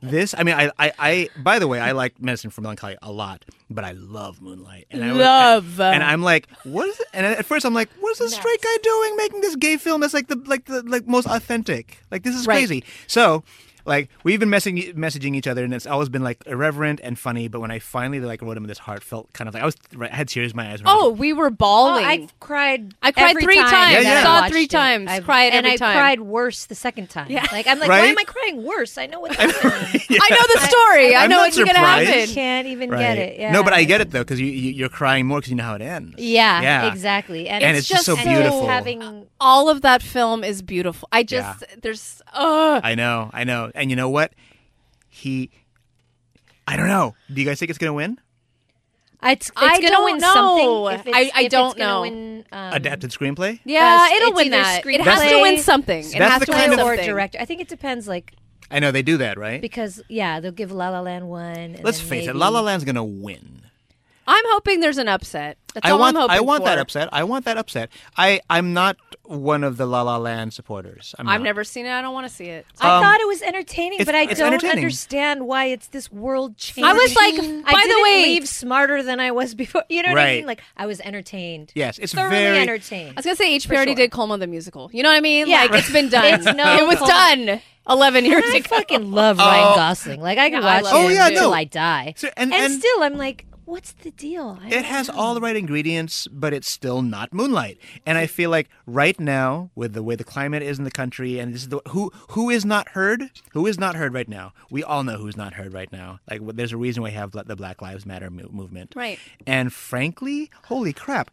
Speaker 3: this? I mean, I, I, I. By the way, I like Medicine for Melancholy a lot, but I love Moonlight. And I was-
Speaker 1: Love. uh,
Speaker 3: and I'm like, what is? It? And at first, I'm like, what is this straight guy doing making this gay film? That's like the like the like most authentic. Like this is
Speaker 1: Right.
Speaker 3: crazy. So. Like we've been messaging messaging each other, and it's always been like irreverent and funny. But when I finally like wrote him this heartfelt kind of like, I was I had tears in my eyes. when I was
Speaker 1: Oh, we were bawling.
Speaker 4: Oh, I cried.
Speaker 1: I cried
Speaker 4: every
Speaker 1: three
Speaker 4: time
Speaker 1: times.
Speaker 4: that
Speaker 3: Yeah, yeah.
Speaker 4: I
Speaker 3: Saw
Speaker 4: watched
Speaker 1: three
Speaker 4: it.
Speaker 1: times,
Speaker 4: I've-
Speaker 1: cried
Speaker 4: and
Speaker 1: every
Speaker 4: I
Speaker 1: time.
Speaker 4: cried worse the second time. Yeah. like I'm like, why
Speaker 3: Right?
Speaker 4: am I crying worse? I know what's happening.
Speaker 1: I know the story. I,
Speaker 3: I'm
Speaker 1: know
Speaker 3: not
Speaker 1: it's going to
Speaker 3: surprised.
Speaker 4: I
Speaker 1: happen.
Speaker 4: can't even
Speaker 3: Right.
Speaker 4: get it. Yeah.
Speaker 3: No, but I get it though because you, you you're crying more because you know how it ends.
Speaker 4: Yeah,
Speaker 3: Yeah.
Speaker 4: exactly.
Speaker 3: And it's just so
Speaker 4: and
Speaker 3: beautiful.
Speaker 4: having
Speaker 1: All of that film is beautiful. I just, there's, uh,
Speaker 3: I know, I know. And you know what? He, I don't know. Do you guys think it's gonna win?
Speaker 4: it's, it's
Speaker 1: I
Speaker 4: gonna
Speaker 1: don't
Speaker 4: win
Speaker 1: know.
Speaker 4: something. If
Speaker 1: I-
Speaker 4: it's,
Speaker 1: I
Speaker 4: if it's
Speaker 1: don't
Speaker 4: gonna
Speaker 1: know.
Speaker 4: Win, um,
Speaker 3: Adapted screenplay.
Speaker 1: yeah,
Speaker 4: it's-
Speaker 1: it'll
Speaker 4: it's
Speaker 1: win
Speaker 4: either
Speaker 1: that. It has to
Speaker 4: screenplay,
Speaker 1: win something. It
Speaker 3: That's
Speaker 1: has
Speaker 3: the
Speaker 1: to win
Speaker 3: kind of-
Speaker 4: or
Speaker 1: something.
Speaker 4: director. I think it depends, like
Speaker 3: I know they do that, right?
Speaker 4: because yeah, they'll give La La Land one. and
Speaker 3: Let's
Speaker 4: then
Speaker 3: face it,
Speaker 4: maybe-
Speaker 3: La La Land's gonna win.
Speaker 1: I'm hoping there's an upset. That's
Speaker 3: I
Speaker 1: all
Speaker 3: want,
Speaker 1: I'm hoping
Speaker 3: I want that
Speaker 1: for.
Speaker 3: upset. I want that upset. I, I'm not one of the La La Land supporters. I'm
Speaker 1: I've
Speaker 3: not.
Speaker 1: never seen it. I don't want to see it.
Speaker 4: I
Speaker 3: Um,
Speaker 4: thought it was entertaining,
Speaker 3: it's-
Speaker 4: but I
Speaker 3: it's
Speaker 4: don't
Speaker 3: entertaining.
Speaker 4: understand why it's this world changing.
Speaker 1: I was like,
Speaker 4: I
Speaker 1: by the
Speaker 4: didn't
Speaker 1: way,
Speaker 4: leave smarter than I was before. You know what I
Speaker 3: Right.
Speaker 4: mean? Like I was entertained.
Speaker 3: Yes, it's
Speaker 4: thoroughly
Speaker 3: very.
Speaker 1: I
Speaker 4: entertained.
Speaker 1: was gonna say HP already
Speaker 4: sure.
Speaker 1: did Colma the musical. You know what I mean?
Speaker 4: Yeah.
Speaker 1: Like it's been done.
Speaker 4: It's no
Speaker 1: it was
Speaker 4: Colma.
Speaker 1: done eleven years
Speaker 4: I
Speaker 1: ago.
Speaker 4: fucking love Ryan Gosling. Like I could
Speaker 1: Yeah, I
Speaker 4: watch
Speaker 1: love
Speaker 3: him
Speaker 4: him
Speaker 3: Uh, Oh, yeah,
Speaker 4: until
Speaker 3: no.
Speaker 4: I die.
Speaker 3: So- and-
Speaker 4: and,
Speaker 3: and-
Speaker 4: still, I'm like, what's the deal? I
Speaker 3: It has all the right ingredients, but it's still not Moonlight. And I feel like right now, with the way the climate is in the country, and this is the who who is not heard, who is not heard right now. We all know who's not heard right now. Like wh- there's a reason we have the Black Lives Matter mo- movement,
Speaker 1: Right.
Speaker 3: And frankly, holy crap!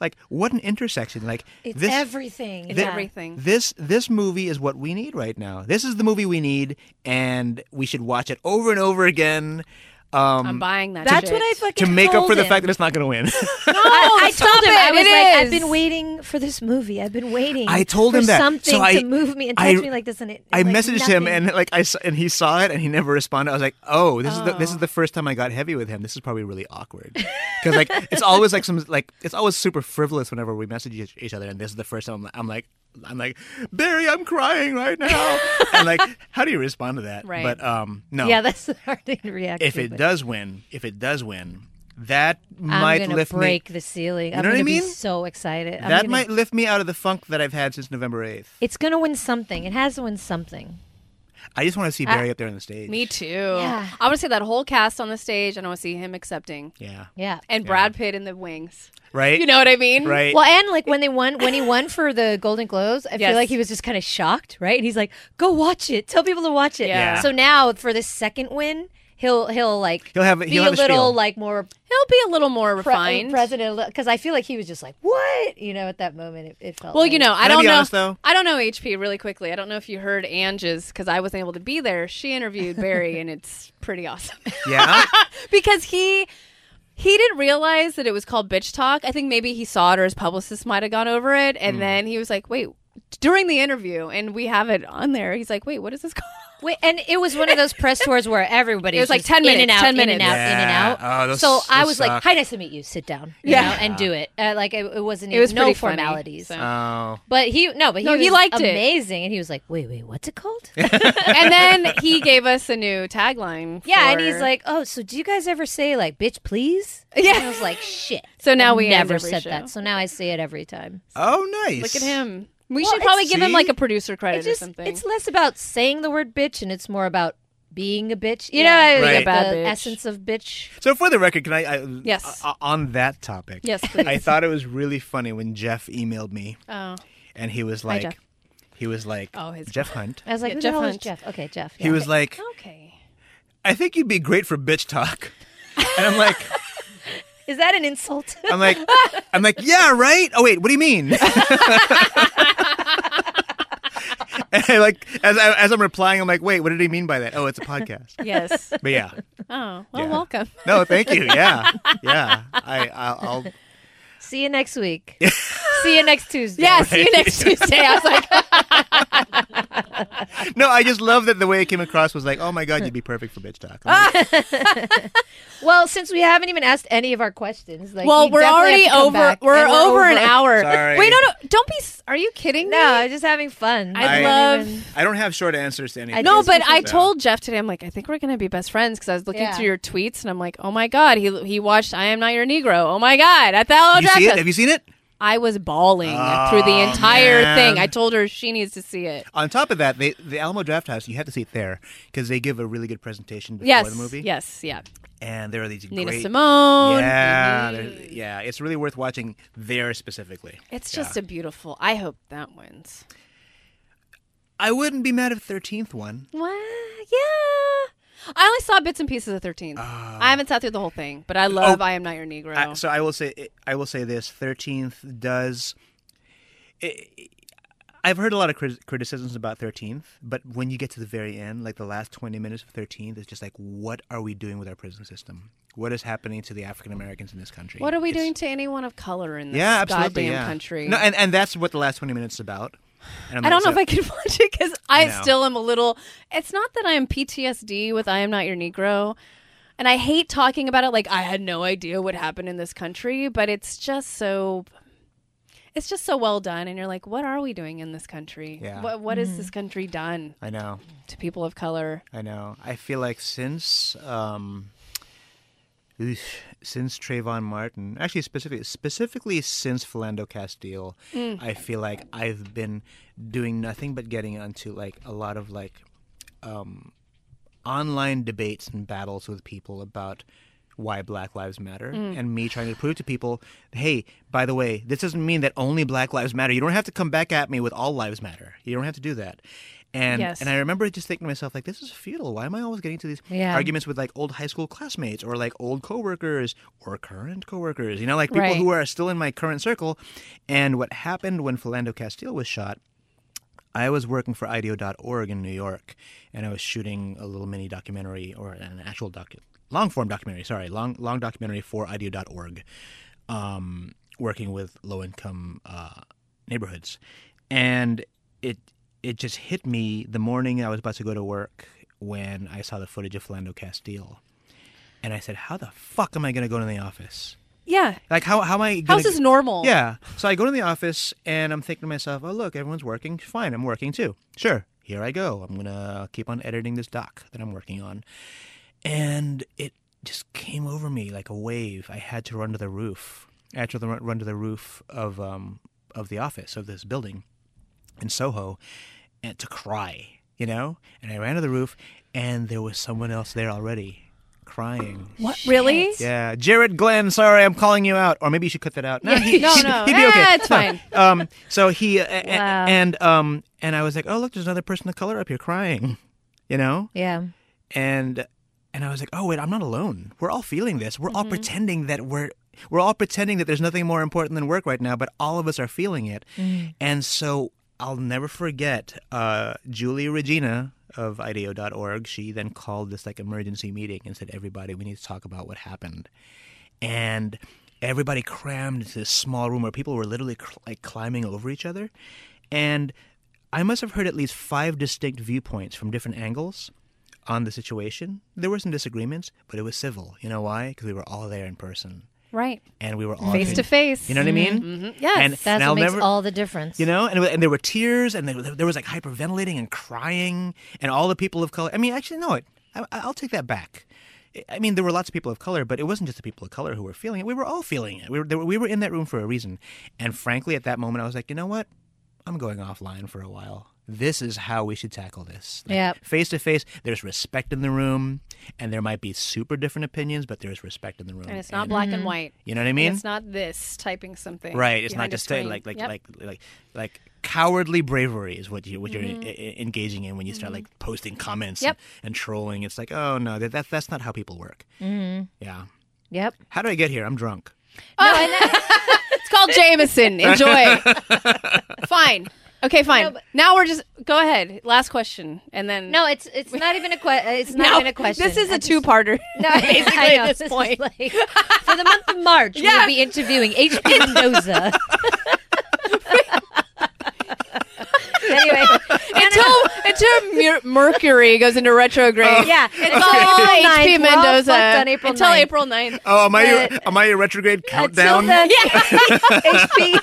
Speaker 3: Like what an intersection! Like
Speaker 4: It's
Speaker 3: this,
Speaker 4: everything.
Speaker 1: It's
Speaker 4: yeah.
Speaker 1: everything.
Speaker 3: This this movie is what we need right now. This is the movie we need, and we should watch it over and over again. Um,
Speaker 1: I'm buying that.
Speaker 4: That's what I
Speaker 1: shit.
Speaker 4: fucking
Speaker 3: to make up
Speaker 4: told
Speaker 3: for the
Speaker 4: him.
Speaker 3: fact that it's not going to win.
Speaker 1: No,
Speaker 3: Oh,
Speaker 4: I, I
Speaker 1: stop
Speaker 4: told him I
Speaker 1: it,
Speaker 4: was
Speaker 1: it
Speaker 4: like, I've
Speaker 1: is.
Speaker 4: been waiting for this movie. I've been waiting.
Speaker 3: I told
Speaker 4: for
Speaker 3: him that. So
Speaker 4: something
Speaker 3: I-
Speaker 4: to move me and
Speaker 3: I-
Speaker 4: touch me like this. And it,
Speaker 3: I
Speaker 4: like,
Speaker 3: messaged him
Speaker 4: nothing.
Speaker 3: and like I s- and he saw it and he never responded. I was like, "Oh, this is the this is the first time I got heavy with him. This is probably really awkward." Cuz like it's always like some like it's always super frivolous whenever we message each, each other and this is the first time I'm, I'm like I'm like, "Barry, I'm crying right now." and like how do you respond to that?
Speaker 1: Right.
Speaker 3: But um no.
Speaker 4: yeah, that's the hard thing to react.
Speaker 3: if
Speaker 4: to,
Speaker 3: it
Speaker 4: but-
Speaker 3: does win, if it does win, that
Speaker 4: I'm
Speaker 3: might
Speaker 4: gonna
Speaker 3: lift me.
Speaker 4: break the ceiling. I'm
Speaker 3: know what I
Speaker 4: gonna
Speaker 3: mean?
Speaker 4: be so excited. I'm
Speaker 3: That
Speaker 4: gonna-
Speaker 3: might lift me out of the funk that I've had since November eighth.
Speaker 4: It's gonna win something. It has to win something.
Speaker 3: I just want to see Barry up there on the stage.
Speaker 1: Me too.
Speaker 4: Yeah.
Speaker 1: I want to see that whole cast on the stage, and I want to see him accepting,
Speaker 3: Yeah.
Speaker 4: Yeah.
Speaker 1: and Brad Pitt in the wings.
Speaker 3: Right.
Speaker 1: You know what I mean?
Speaker 3: Right.
Speaker 4: Well, and like when they won, when he won for the Golden Globes, I
Speaker 1: Yes.
Speaker 4: feel like he was just kind of shocked, right? And he's like, "Go watch it. Tell people to watch it."
Speaker 1: Yeah.
Speaker 3: Yeah.
Speaker 4: So now for this second win, he'll he'll like
Speaker 3: He'll have-
Speaker 4: be
Speaker 3: he'll have a
Speaker 4: a little
Speaker 3: spiel.
Speaker 4: like more
Speaker 1: He'll be a little more
Speaker 4: pre-
Speaker 1: refined.
Speaker 4: president because I feel like he was just like, "What?" You know, at that moment, it, it felt.
Speaker 1: Well,
Speaker 4: like-
Speaker 1: you know, I
Speaker 3: Can I
Speaker 1: don't
Speaker 3: be
Speaker 1: know.
Speaker 3: honest, though?
Speaker 1: I don't know HP really quickly. I don't know if you heard Ange's because I wasn't able to be there. She interviewed Barry, and it's pretty awesome
Speaker 3: yeah.
Speaker 1: because he he didn't realize that it was called bitch talk. I think maybe he saw it or his publicist might have gone over it,
Speaker 3: Hmm.
Speaker 1: and then he was like, "Wait." During the interview, and we have it on there. He's like, "Wait, what is this called?"
Speaker 4: Wait, and it was one of those press tours where everybody
Speaker 1: It was like 10
Speaker 4: just in and
Speaker 1: minutes,
Speaker 4: out,
Speaker 1: 10
Speaker 4: in and
Speaker 1: minutes.
Speaker 4: out, in and
Speaker 3: Yeah.
Speaker 4: out.
Speaker 3: Oh, those-
Speaker 4: so I
Speaker 3: those
Speaker 4: was
Speaker 3: suck.
Speaker 4: like, "Hi, nice to meet you. Sit down." You
Speaker 1: Yeah.
Speaker 4: know, and do it. Uh, like it, it wasn't.
Speaker 1: It was
Speaker 4: even, no
Speaker 1: pretty funny,
Speaker 4: formalities.
Speaker 1: so.
Speaker 3: oh.
Speaker 4: But he no, but he,
Speaker 1: No, he
Speaker 4: was
Speaker 1: liked it.
Speaker 4: amazing, and he was like, "Wait, wait, what's it called?"
Speaker 1: and then he gave us a new tagline.
Speaker 4: yeah, and
Speaker 1: for-
Speaker 4: he's like, "Oh, so do you guys ever say like, bitch, please?"
Speaker 1: Yeah.
Speaker 4: and I was like, "Shit."
Speaker 1: So now
Speaker 4: I
Speaker 1: we end
Speaker 4: never
Speaker 1: every
Speaker 4: said
Speaker 1: show.
Speaker 4: that, so now I say it every time.
Speaker 3: Oh, nice.
Speaker 1: "Look at him." We
Speaker 4: Well,
Speaker 1: should probably give him
Speaker 3: See?
Speaker 1: like a producer credit
Speaker 4: It's just
Speaker 1: or something.
Speaker 4: it's less about saying the word bitch, and it's more about being a bitch.
Speaker 1: Yeah.
Speaker 4: You know,
Speaker 3: Being a
Speaker 4: like
Speaker 1: bad
Speaker 4: the
Speaker 1: bitch.
Speaker 4: essence of bitch.
Speaker 3: So for the record, can I? I
Speaker 1: Yes.
Speaker 3: o- on that topic.
Speaker 1: Yes, please.
Speaker 3: I thought it was really funny when Jeff emailed me,
Speaker 1: oh.
Speaker 3: and he was like,
Speaker 1: Jeff.
Speaker 3: he was like,
Speaker 1: Oh, his-
Speaker 3: Jeff Hunt.
Speaker 4: I was like,
Speaker 1: Yeah,
Speaker 4: "Who
Speaker 1: Jeff
Speaker 4: the hell is
Speaker 1: Hunt.
Speaker 4: Jeff?" Okay, Jeff.
Speaker 3: He was like,
Speaker 1: Okay.
Speaker 3: I think you'd be great for bitch talk, and I'm like,
Speaker 4: "Is that an insult?"
Speaker 3: I'm like, I'm like, yeah, right. Oh wait, what do you mean? and I, like as I, as I'm replying, I'm like, wait, what did he mean by that? Oh, it's a podcast.
Speaker 1: Yes.
Speaker 3: But yeah,
Speaker 1: Oh, well,
Speaker 3: Yeah.
Speaker 1: welcome.
Speaker 3: no, thank you. Yeah, yeah. I I'll, I'll
Speaker 4: See you next week. See you next Tuesday.
Speaker 1: Yeah, see you next Tuesday. I was like,
Speaker 3: no, I just love that the way it came across was like, oh my god, you'd be perfect for bitch talk. I'm like,
Speaker 4: Well, since we haven't even asked any of our questions, like,
Speaker 1: well,
Speaker 4: you
Speaker 1: we're
Speaker 4: definitely
Speaker 1: already
Speaker 4: have to come
Speaker 1: over.
Speaker 4: back,
Speaker 1: We're,
Speaker 4: and
Speaker 1: over, an hour.
Speaker 3: Sorry.
Speaker 1: Wait, no, no, don't be. s- Are you kidding
Speaker 4: No,
Speaker 1: me?
Speaker 4: I'm just having fun.
Speaker 1: I,
Speaker 3: I-
Speaker 1: love.
Speaker 3: I don't have short answers to anything.
Speaker 1: no,
Speaker 4: Yes,
Speaker 1: but
Speaker 4: we
Speaker 1: I
Speaker 3: should.
Speaker 1: told Jeff today. I'm like, I think we're gonna be best friends because I was looking
Speaker 4: Yeah.
Speaker 1: through your tweets and I'm like, oh my god, he he watched I Am Not Your Negro. Oh my god, at the L.
Speaker 3: you see it?
Speaker 1: Jackson.
Speaker 3: Have you seen it?
Speaker 1: I was bawling
Speaker 3: Oh,
Speaker 1: through the entire
Speaker 3: man.
Speaker 1: thing. I told her she needs to see it.
Speaker 3: On top of that, they, the Alamo Draft House, you have to see it there because they give a really good presentation before
Speaker 1: Yes,
Speaker 3: the movie.
Speaker 1: yes, yeah.
Speaker 3: And there are these
Speaker 1: Nina
Speaker 3: great.
Speaker 1: Simone. Mm-hmm.
Speaker 3: Yeah, there- yeah, it's really worth watching there specifically.
Speaker 1: It's
Speaker 3: Yeah.
Speaker 1: just a beautiful. I hope that wins.
Speaker 3: I wouldn't be mad if thirteenth one.
Speaker 1: Well, yeah. I only saw bits and pieces of 13. I haven't sat through the whole thing, but I love I Am Not Your Negro.
Speaker 3: Oh. I, so I will say I will say this: thirteenth does. It, I've heard a lot of crit- criticisms about thirteenth, but when you get to the very end, like the last twenty minutes of thirteenth, it's just like, what are we doing with our prison system? What is happening to the African Americans in this country?
Speaker 1: what are we
Speaker 3: It's-
Speaker 1: doing to anyone of color in this
Speaker 3: Yeah, absolutely.
Speaker 1: goddamn
Speaker 3: yeah.
Speaker 1: country?
Speaker 3: No, and, and that's what the last twenty minutes is about. And I'm
Speaker 1: I
Speaker 3: like,
Speaker 1: don't know
Speaker 3: so-
Speaker 1: if I can watch it because I
Speaker 3: No.
Speaker 1: still am a little. It's not that I am PTSD with I Am Not Your Negro. And I hate talking about it like I had no idea what happened in this country, but it's just so. It's just so well done. And you're like, what are we doing in this country?
Speaker 3: Yeah.
Speaker 1: What, what has this country done
Speaker 3: I know.
Speaker 1: to people of color?
Speaker 3: I know. I feel like since um, oof, since Trayvon Martin, actually specifically specifically since Philando Castile, I feel like I've been doing nothing but getting into like a lot of like um, online debates and battles with people about why black lives matter and me trying to prove to people hey by the way this doesn't mean that only black lives matter you don't have to come back at me with all lives matter you don't have to do that and
Speaker 1: Yes.
Speaker 3: and i I remember just thinking to myself, like, this is futile. Why am I always getting to these
Speaker 4: Yeah.
Speaker 3: arguments with like old high school classmates or like old coworkers or current coworkers? You know, like people
Speaker 1: Right.
Speaker 3: who are still in my current circle. And what happened when Philando Castile was shot, I was working for IDEO.org in New York and I was shooting a little mini documentary or an actual docu- long form documentary, sorry, long, long documentary for IDEO.org, um, working with low income uh, neighborhoods. And it it just hit me the morning I was about to go to work when I saw the footage of Philando Castile. And I said, How the fuck am I going to go to the office?
Speaker 1: Yeah.
Speaker 3: Like, how, how am I going
Speaker 1: How's this normal?
Speaker 3: yeah. So I go to the office and I'm thinking to myself, oh, look, everyone's working. Fine, I'm working too. Sure, here I go. I'm going to keep on editing this doc that I'm working on. And it just came over me like a wave. I had to run to the roof. I had to run run to the roof of um, of the office of this building in Soho, and to cry, you know. And I ran to the roof, and there was someone else there already crying.
Speaker 1: What? Really?
Speaker 3: Yeah, Jared Glenn. Sorry, I'm calling you out. Or maybe you should cut that out. No, he,
Speaker 1: no,
Speaker 3: would
Speaker 1: no.
Speaker 3: be okay.
Speaker 1: Eh, it's
Speaker 3: No.
Speaker 1: fine.
Speaker 3: Um, so he uh, a- a-
Speaker 4: Wow.
Speaker 3: and um and I was like, oh look, there's another person of color up here crying, you know,
Speaker 4: Yeah.
Speaker 3: and and I was like, oh wait, I'm not alone. We're all feeling this. We're all
Speaker 1: Mm-hmm.
Speaker 3: pretending that we're we're all pretending that there's nothing more important than work right now, but all of us are feeling it.
Speaker 1: Mm.
Speaker 3: And so I'll never forget uh, Julia Regina of ideo.org. She then called this like emergency meeting and said, everybody, we need to talk about what happened and everybody crammed into this small room where people were literally cl- like climbing over each other and i must have heard at least five distinct viewpoints from different angles on the situation there were some disagreements but it was civil you know why because we were all there in person
Speaker 1: Right.
Speaker 3: and we were all
Speaker 1: Face to face. Mm-hmm.
Speaker 3: you know what i mean
Speaker 1: Yes.
Speaker 3: and,
Speaker 4: That's
Speaker 3: and
Speaker 4: what
Speaker 3: i'll
Speaker 4: makes
Speaker 3: never
Speaker 4: all the difference.
Speaker 3: you know, and, and there were tears, and there, there was like hyperventilating and crying, and all the people of color. I mean, actually, no, I, I- I'll take that back. I mean, there were lots of people of color, but it wasn't just the people of color who were feeling it. We were all feeling it. We were, there, we were in that room for a reason. And frankly, at that moment, I was like, you know what? I'm going offline for a while. This is how we should tackle this.
Speaker 4: Yep.
Speaker 3: Face to face, there's respect in the room, and there might be super different opinions, but there's respect in the room.
Speaker 1: And it's not black and white.
Speaker 3: You know what I mean?
Speaker 1: it's not this typing something.
Speaker 3: Right. It's not
Speaker 1: behind a
Speaker 3: just uh,
Speaker 1: screen.
Speaker 3: like like
Speaker 1: Yep.
Speaker 3: like like like cowardly bravery is what you what you're e- e- engaging in when you start like posting comments
Speaker 1: Mm-hmm. Yep.
Speaker 3: and, and trolling. It's like, oh no, that, that that's not how people work.
Speaker 1: Mm-hmm.
Speaker 3: Yeah.
Speaker 4: Yep.
Speaker 3: How do I get here? I'm drunk.
Speaker 1: It's called Jameson. Enjoy. fine. Okay, fine. now we're just go ahead. Last question, and then
Speaker 4: No, it's it's not even a question. It's not
Speaker 1: No,
Speaker 4: even a question.
Speaker 1: This is
Speaker 4: I
Speaker 1: a
Speaker 4: just-
Speaker 1: two-parter.
Speaker 4: No, basically I know,
Speaker 1: at this
Speaker 4: is
Speaker 1: point.
Speaker 4: like- for the month of March,
Speaker 1: Yeah.
Speaker 4: we'll be interviewing H.P. Mendoza. anyway,
Speaker 1: until until Mer- Mercury goes into retrograde.
Speaker 4: Oh. yeah, it's
Speaker 1: It's all HP Mendoza
Speaker 4: on April
Speaker 1: until
Speaker 4: 9th.
Speaker 1: April 9th.
Speaker 3: Oh, am I
Speaker 4: your- But-
Speaker 3: am I your retrograde
Speaker 4: Until then, HP.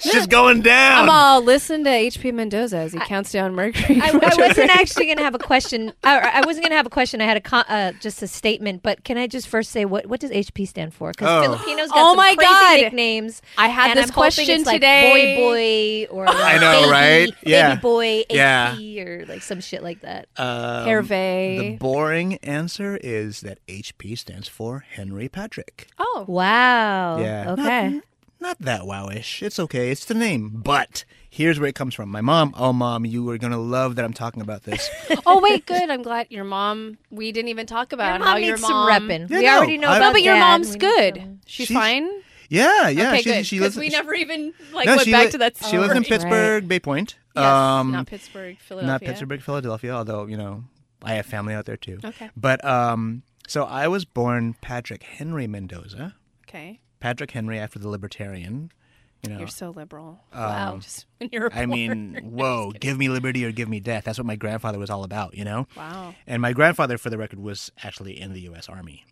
Speaker 3: She's going down.
Speaker 1: I'm all listen to HP Mendoza as he counts down Mercury.
Speaker 4: I, I wasn't actually going to have a question. or I wasn't going to have a question. I had a con- uh, just a statement. But can I just first say what what does HP stand for? Because
Speaker 3: Oh.
Speaker 4: Filipinos got
Speaker 1: Oh
Speaker 4: some
Speaker 1: my
Speaker 4: crazy
Speaker 1: God.
Speaker 4: nicknames.
Speaker 1: I had
Speaker 4: and
Speaker 1: this
Speaker 4: I'm hoping it's
Speaker 1: question
Speaker 4: like
Speaker 1: today.
Speaker 3: Um,
Speaker 4: boy, boy, or like
Speaker 3: I know,
Speaker 4: baby,
Speaker 3: right? Yeah.
Speaker 4: baby boy,
Speaker 3: Yeah.
Speaker 4: AP, or like some shit like that.
Speaker 1: Uh,
Speaker 3: Um, the
Speaker 1: Hervé.
Speaker 3: boring answer is that HP stands for Henry Patrick.
Speaker 1: oh,
Speaker 4: Wow.
Speaker 3: Yeah.
Speaker 4: Okay.
Speaker 3: Not, not that wowish. It's okay. It's the name. But here's where it comes from. My mom. Oh, mom, you are gonna love that I'm talking about this.
Speaker 1: oh wait, good. I'm glad your mom. We didn't even talk about
Speaker 4: Your
Speaker 1: how
Speaker 4: mom
Speaker 1: your
Speaker 4: needs
Speaker 1: mom.
Speaker 4: some repping.
Speaker 3: Yeah,
Speaker 4: we
Speaker 3: no,
Speaker 4: already know.
Speaker 3: I-
Speaker 4: about
Speaker 1: No, but your
Speaker 4: Dad.
Speaker 1: mom's
Speaker 4: We need
Speaker 1: good.
Speaker 4: some-
Speaker 1: She's,
Speaker 3: She's-
Speaker 1: fine.
Speaker 3: yeah, yeah.
Speaker 1: okay,
Speaker 3: she,
Speaker 1: good.
Speaker 3: she
Speaker 1: Because
Speaker 3: lives.
Speaker 1: we
Speaker 3: she-
Speaker 1: never even like
Speaker 3: no,
Speaker 1: went
Speaker 3: she
Speaker 1: back
Speaker 3: li-
Speaker 1: to that.
Speaker 3: She lives in
Speaker 1: story.
Speaker 4: Pittsburgh,
Speaker 3: Pittsburgh, Bay Point.
Speaker 1: Yes,
Speaker 3: um,
Speaker 1: not Pittsburgh, Philadelphia.
Speaker 3: not Pittsburgh, Philadelphia. Although you know, I have family out there too.
Speaker 1: Okay.
Speaker 3: But um, so I was born Patrick Henry Mendoza.
Speaker 1: Okay,
Speaker 3: Patrick Henry after the libertarian. You know,
Speaker 1: you're so liberal. wow, just when you're.
Speaker 3: Um, I mean, whoa, give me liberty or give me death. That's what my grandfather was all about, you know?
Speaker 1: Wow.
Speaker 3: And my grandfather, for the record, was actually in the U.S. Army.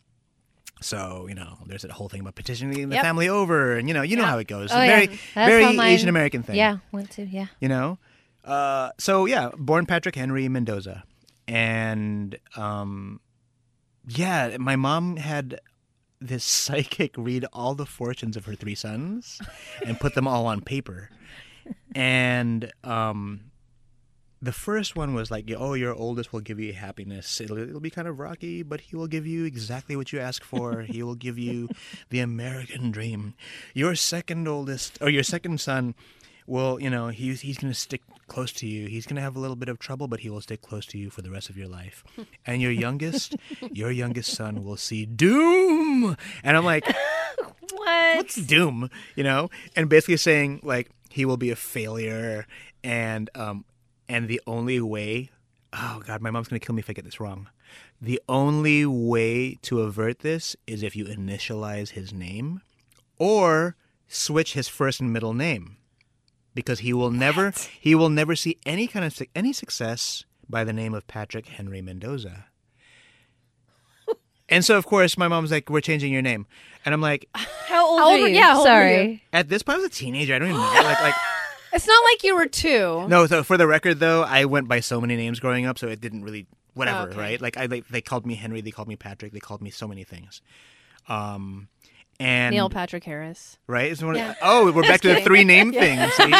Speaker 3: So, you know, there's that whole thing about petitioning the
Speaker 1: Yep.
Speaker 3: family over, and, you know, you know how it goes.
Speaker 4: Oh, yeah.
Speaker 3: very
Speaker 4: That's how
Speaker 3: very
Speaker 4: mine-
Speaker 3: Asian American thing
Speaker 4: Yeah. One, two. Yeah.
Speaker 3: you know uh, so yeah born patrick henry mendoza and um, yeah my mom had this psychic read all the fortunes of her three sons and put them all on paper and um, the first one was like oh your oldest will give you happiness it'll, it'll be kind of rocky but he will give you exactly what you ask for he will give you the american dream your second oldest or your second son well, you know, he's he's going to stick close to you. He's going to have a little bit of trouble, but he will stick close to you for the rest of your life. And your youngest, your youngest son will see doom. And I'm like,
Speaker 4: What?
Speaker 3: what's doom? You know, and basically saying like he will be a failure, and um, and the only way, oh god, my mom's gonna kill me if I get this wrong. The only way to avert this is if you initialize his name, or switch his first and middle name, because he will never he will never see any kind of su- any success by the name of Patrick Henry Mendoza. And so, of course, my mom's like, "We're changing your name," and I'm like,
Speaker 4: How old,
Speaker 1: How
Speaker 4: are
Speaker 1: old-
Speaker 4: you?
Speaker 1: yeah, how old are
Speaker 4: Sorry.
Speaker 1: you?
Speaker 3: at this point, I was a teenager. I don't even know. Like, like
Speaker 1: It's not like you were two.
Speaker 3: no. So for the record, though, I went by so many names growing up, so it didn't really whatever,
Speaker 1: okay.
Speaker 3: right? Like I they, they called me Henry, they called me Patrick, they called me so many things. Um and
Speaker 1: Neil Patrick Harris.
Speaker 3: right? It's one of- oh, we're back to the three name thing. See?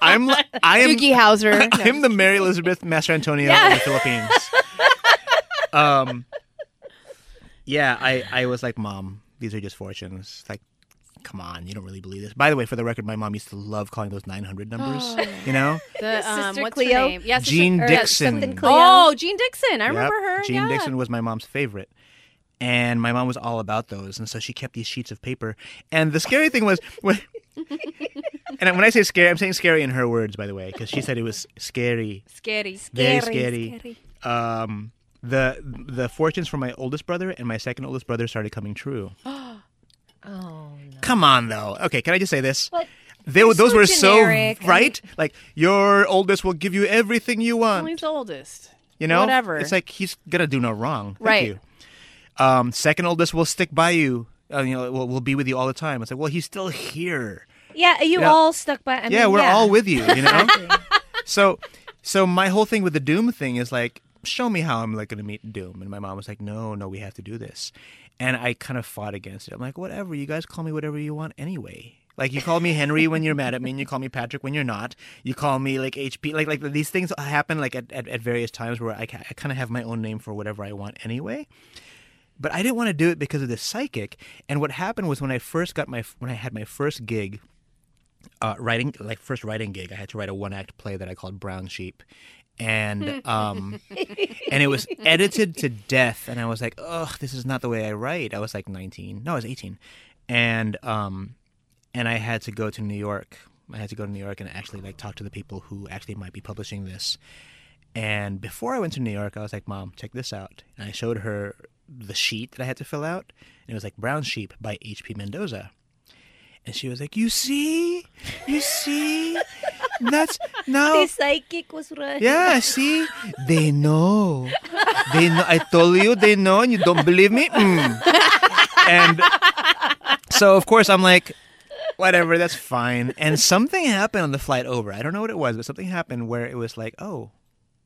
Speaker 3: I'm li- I am
Speaker 1: Doogie Howser.
Speaker 3: I'm the Mary Elizabeth Master Antonio of the Philippines. um, yeah, I, I was like, Mom, these are just fortunes. Like, come on, you don't really believe this. By the way, for the record, my mom used to love calling those 900 numbers,
Speaker 1: Oh.
Speaker 3: you know?
Speaker 1: the, um,
Speaker 4: Sister
Speaker 1: what's
Speaker 4: Cleo?
Speaker 1: her name? Yeah, Sister-
Speaker 3: Gene
Speaker 4: or uh,
Speaker 3: Dixon.
Speaker 4: something Cleo.
Speaker 1: Oh, Gene Dixon. I
Speaker 3: Yep,
Speaker 1: remember her.
Speaker 3: Gene
Speaker 1: yeah.
Speaker 3: Dixon was my mom's favorite. And my mom was all about those. And so she kept these sheets of paper. And the scary thing was, when, and when I say scary, I'm saying scary in her words, by the way, because she said it was scary.
Speaker 1: Scary.
Speaker 3: very scary. Um, the the fortunes for my oldest brother and my second oldest brother started coming true.
Speaker 4: Oh, no.
Speaker 3: Come on, though. Okay, can I just say this?
Speaker 4: But
Speaker 3: They, were-
Speaker 4: they're
Speaker 3: those
Speaker 4: so
Speaker 3: were
Speaker 4: generic. I
Speaker 3: so right. Like your oldest will give you everything you
Speaker 1: Well,
Speaker 3: want.
Speaker 1: he's the oldest.
Speaker 3: You know,
Speaker 1: whatever.
Speaker 3: It's like he's gonna do no wrong. Thank
Speaker 1: Right.
Speaker 3: You. Um, second oldest will stick by you. Uh, you know, will, will be with you all the time. It's like, well, he's still here.
Speaker 4: Yeah, you
Speaker 3: Yeah.
Speaker 4: all stuck by. I mean,
Speaker 3: yeah, we're all with you. You know. so, so my whole thing with the Doom thing is like, show me how I'm like going to meet Doom. And my mom was like, no, no, we have to do this. And I kind of fought against it. I'm like, whatever. You guys call me whatever you want anyway. Like you call me Henry when you're mad at me, and you call me Patrick when you're not. You call me like HP. Like like these things happen like at, at, at various times where I, ca- I kind of have my own name for whatever I want anyway but I didn't want to do it because of this psychic. And what happened was when I first got my when I had my first gig, uh, writing like first writing gig, I had to write a one act play that I called Brown Sheep, and um, and it was edited to death. And I was like, ugh, this is not the way I write. I was like 19, no, I was 18, and um, and I had to go to New York. I had to go to New York and actually like talk to the people who actually might be publishing this. And before I went to New York, I was like, "Mom, check this out." And I showed her the sheet that I had to fill out, and it was like "Brown Sheep" by H.P. Mendoza. And she was like, "You see, you see, that's now
Speaker 4: The psychic was right.
Speaker 3: Oh. yeah, see, they know. They know. I told you they know, and you don't believe me. Mm. And so, of course, I'm like, whatever, that's fine. And something happened on the flight over. I don't know what it was, but something happened where it was like, oh,